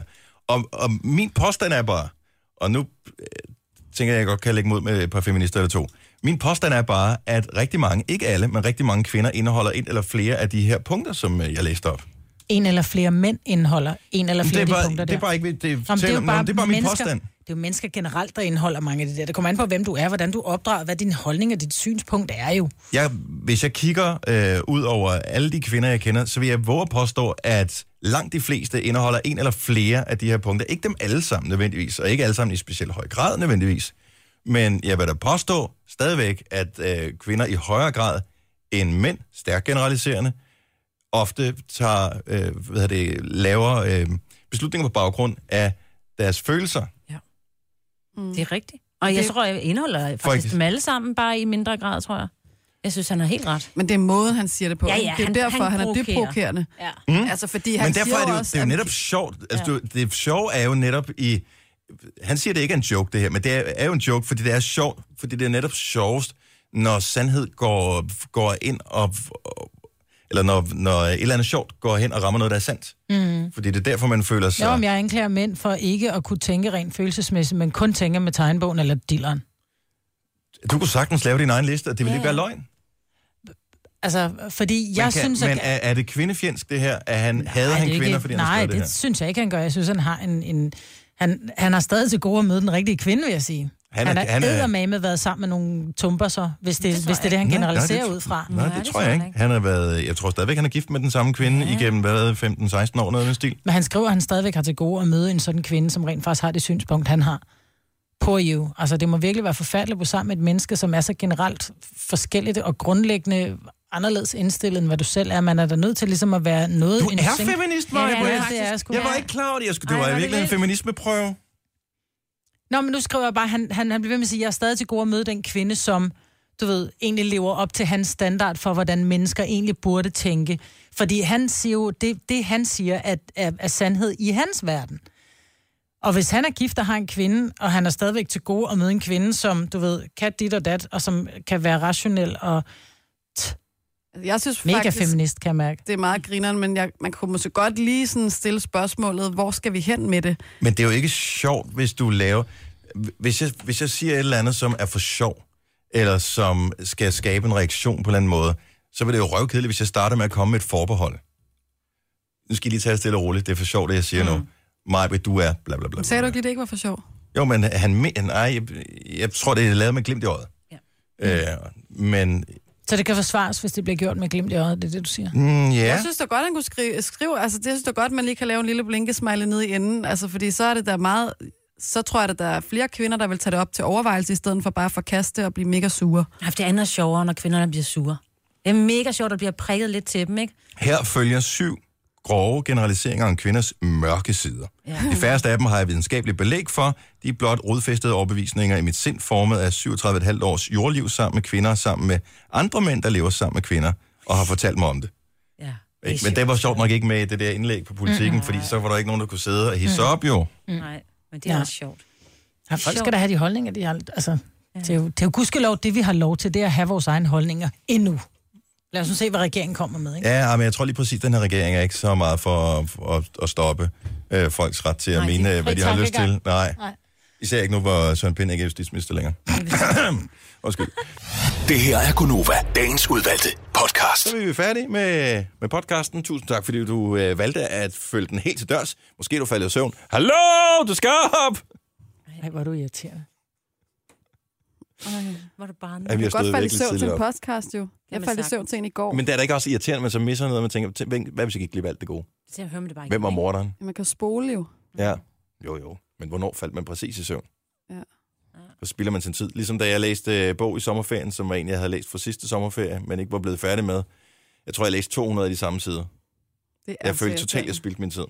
S1: Og, og min påstand er bare, og nu øh, tænker jeg, at jeg godt kan lægge mod med et par feminister eller to. Min påstand er bare, at rigtig mange, ikke alle, men rigtig mange kvinder indeholder et eller flere af de her punkter, som øh, jeg læste op.
S4: En eller flere mænd indeholder en eller
S1: Men
S4: flere
S1: det er
S4: af
S1: bare-
S4: de punkter
S1: det er
S4: der.
S1: bare ikke- det-
S4: Nå, men
S1: selvom- nå, men det er bare min
S4: mennesker-
S1: påstand.
S4: Det er jo mennesker generelt, der indeholder mange af det der. Det kommer an på, hvem du er, hvordan du opdrager, hvad din holdning og dit synspunkt er jo.
S1: Jeg, hvis jeg kigger øh, ud over alle de kvinder, jeg kender, så vil jeg våge at påstå, at langt de fleste indeholder en eller flere af de her punkter. Ikke dem alle sammen nødvendigvis, og ikke alle sammen i specielt høj grad nødvendigvis. Men jeg vil da påstå stadigvæk, at øh, kvinder i højere grad end mænd, stærkt generaliserende, ofte tager, øh, hvad hedder det, laver øh, beslutninger på baggrund af deres følelser.
S8: Mm. Det er rigtigt. Og jeg
S1: Det-
S8: tror, jeg indeholder faktisk
S1: Folk-
S8: dem alle sammen, bare i mindre grad, tror jeg. Jeg synes, han har helt ret.
S3: Men det er måden, han siger det på.
S8: Ja, ja,
S3: ikke? det er
S8: han-
S3: derfor,
S8: han
S3: han, er dybt
S8: provokerer.
S3: provokerende.
S8: Ja.
S1: Mm.
S3: Altså, fordi han
S1: Men derfor
S3: siger
S1: er det jo,
S3: også,
S1: det er jo
S3: at-
S1: netop sjovt. Altså,
S3: Ja.
S1: ja. det sjove er jo netop i... Han siger, det ikke er en joke, det her, men det er, er jo en joke, fordi det er sjovt, fordi det er netop sjovest, når sandhed går, går ind og... Eller når, når et eller andet sjovt går hen og rammer noget, der er sandt.
S4: Mm.
S1: Fordi det er derfor, man føler sig...
S4: Jo, om jeg anklager mænd for ikke at kunne tænke rent følelsesmæssigt, men kun tænke med tegnbogen eller dilleren.
S1: Du kunne sagtens lave din egen liste, og det ville
S4: Ja,
S1: ikke være
S4: ja.
S1: løgn.
S4: Altså, fordi jeg
S1: Man kan,
S4: synes,
S1: men
S4: at...
S1: er, er det kvindefjendsk, det her? Er han, nej, hader
S4: Nej,
S1: han
S4: det er
S1: kvinder,
S4: ikke-
S1: fordi han har
S4: Nej,
S1: skrevet
S4: det,
S1: det,
S4: det synes jeg ikke, han gør. Jeg synes, han har en... en han, han har stadig til gode at møde den rigtige kvinde, vil jeg sige.
S1: Han
S4: Han,
S1: er-
S4: han, er,
S1: han er-
S4: eddermame været sammen med nogle tumper så, hvis det, det, hvis det, er det han
S1: Nej,
S4: generaliserer
S1: nej, det-
S4: ud fra.
S1: her? Nej, det, tror jeg ikke. Han har været, jeg tror stadigvæk, han er gift med den samme kvinde ja. igennem hvad, 15-16 år, noget af den stil.
S4: Men han skriver, at han stadigvæk har til gode at møde en sådan kvinde, som rent faktisk har det synspunkt, han har. Poor you. Altså, det må virkelig være forfærdeligt at bo sammen med et menneske, som er så generelt forskelligt og grundlæggende anderledes indstillet, end hvad du selv er. Man er da nødt til ligesom at være noget...
S1: Du
S4: in
S1: er
S4: sync.
S1: feminist,
S4: ja,
S1: Maja
S4: ja, det er jeg sgu.
S1: Jeg var ikke klar over det. Jeg skulle, det var i virkeligheden en feminismeprøve.
S4: Nå, men nu skriver jeg bare, han, han, han bliver ved med at sige, at jeg er stadig til gode at møde den kvinde, som, du ved, egentlig lever op til hans standard for, hvordan mennesker egentlig burde tænke. Fordi han siger jo, det, det han siger, at, er, er sandhed i hans verden. Og hvis han er gift og har en kvinde, og han er stadigvæk til gode at møde en kvinde, som, du ved, kan dit og dat, og som kan være rationel og
S3: Jeg synes
S4: mega
S3: faktisk,
S4: feminist, kan jeg mærke.
S3: det er meget grineren, men jeg, man kunne måske godt lige sådan stille spørgsmålet, hvor skal vi hen med det?
S1: Men det er jo ikke sjovt, hvis du laver... Hvis jeg, hvis jeg siger et eller andet, som er for sjov, eller som skal skabe en reaktion på en eller anden måde, så vil det jo røvkedeligt, hvis jeg starter med at komme med et forbehold. Nu skal I lige tage det stille og roligt. Det er for sjovt, det jeg siger mm. nu. Majbrit, du er bla bla bla.
S3: Sagde du ikke lige, det ikke var for sjov?
S1: Jo, men han... men- Nej, jeg, jeg tror, det er lavet med glimt i øjet. Ja. Øh, men
S4: Så det kan forsvares, hvis det bliver gjort med glimt i øjet, det er det, du siger.
S1: Mm, ja.
S3: Jeg synes da godt, han kunne skrive, skrive altså det synes da godt, man lige kan lave en lille blinkesmiley ned i enden, altså fordi så er det da meget, så tror jeg, at der er flere kvinder, der vil tage det op til overvejelse, i stedet for bare at forkaste og blive mega sure.
S8: Ja, for det andet er sjovere, når kvinderne bliver sure. Det er mega sjovt, at der bliver prikket lidt til dem, ikke?
S1: Her følger syv grove generaliseringer om kvinders mørke sider. Ja. (laughs) De færreste af dem har jeg videnskabeligt belæg for. De er blot rodfæstede overbevisninger i mit sind, formet af 37,5 års jordliv sammen med kvinder, sammen med andre mænd, der lever sammen med kvinder, og har fortalt mig om det.
S8: Ja.
S1: Ikke? Men det var sjovt nok ikke med i det der indlæg på politikken, mm, fordi så var der ikke nogen, der kunne sidde og hisse
S4: Mm.
S1: op jo.
S8: Mm. Nej, men det er
S4: Ja.
S8: også sjovt.
S4: Ja, folk
S8: Sjovt.
S4: skal da have de holdninger, de har... Altså, ja. det, er jo, det er jo gudskelov, det vi har lov til, det er at have vores egne holdninger endnu. Lad os nu se, hvad regeringen kommer med, ikke?
S1: Ja, men jeg tror lige præcis, at den her regering er ikke så meget for at, for at, at stoppe øh, folks ret til at
S4: Nej,
S1: Nej,
S4: det er
S1: mene,
S4: fri
S1: hvad de har lyst til.
S4: tankegang.
S1: Nej.
S4: Nej.
S1: Især ikke nu, hvor Søren Pind ikke er justitsminister længere. (laughs) Undskyld.
S6: Det her er Gunova, dagens udvalgte podcast.
S1: Så er vi færdige med, med podcasten. Tusind tak, fordi du øh, valgte at følge den helt til dørs. Måske er du faldet i søvn. Hallo, du skal op!
S4: Ej, hvor er du irriterende.
S8: Hvor er du bare...
S1: Ja, vi har stået
S3: godt falde i
S1: virkelig
S3: søvn til en
S1: tidligt op.
S3: podcast jo. Jeg
S8: man
S3: faldt i
S8: sagt.
S3: søvn til en i går.
S1: Men det er da ikke også irriterende, at man så misser noget, og man tænker, "Tænk, hvem- hvad hvis jeg gik glip af alt det gode?
S8: Det hører man det bare ikke.
S1: Hvem var morderen?
S3: Man kan spole jo.
S1: Ja. Jo, jo. Men hvornår faldt man præcis i søvn?
S3: Ja.
S1: Så spilder man sin tid. Ligesom da jeg læste øh, bog i sommerferien, som var en, jeg havde læst for sidste sommerferie, men ikke var blevet færdig med. Jeg tror, jeg læste 200 af de samme sider.
S3: Det
S1: Jeg følte totalt, jeg spildte min tid.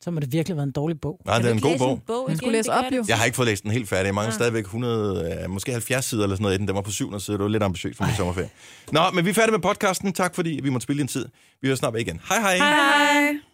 S4: Så må det virkelig være en dårlig bog.
S1: Nej, det er en god bog.
S3: Man skulle læse op jo.
S1: Jeg har ikke fået læst den helt færdig. Jeg mangler
S3: Ah.
S1: ah. stadigvæk 100, øh, måske 70 sider eller sådan noget i den. Den var på 700 sider. Det var lidt ambitiøst for min sommerferie. Nå, men vi er færdige med podcasten. Tak fordi vi måtte spille din tid. Vi hører snart ved igen. Hej hej.
S3: Hej.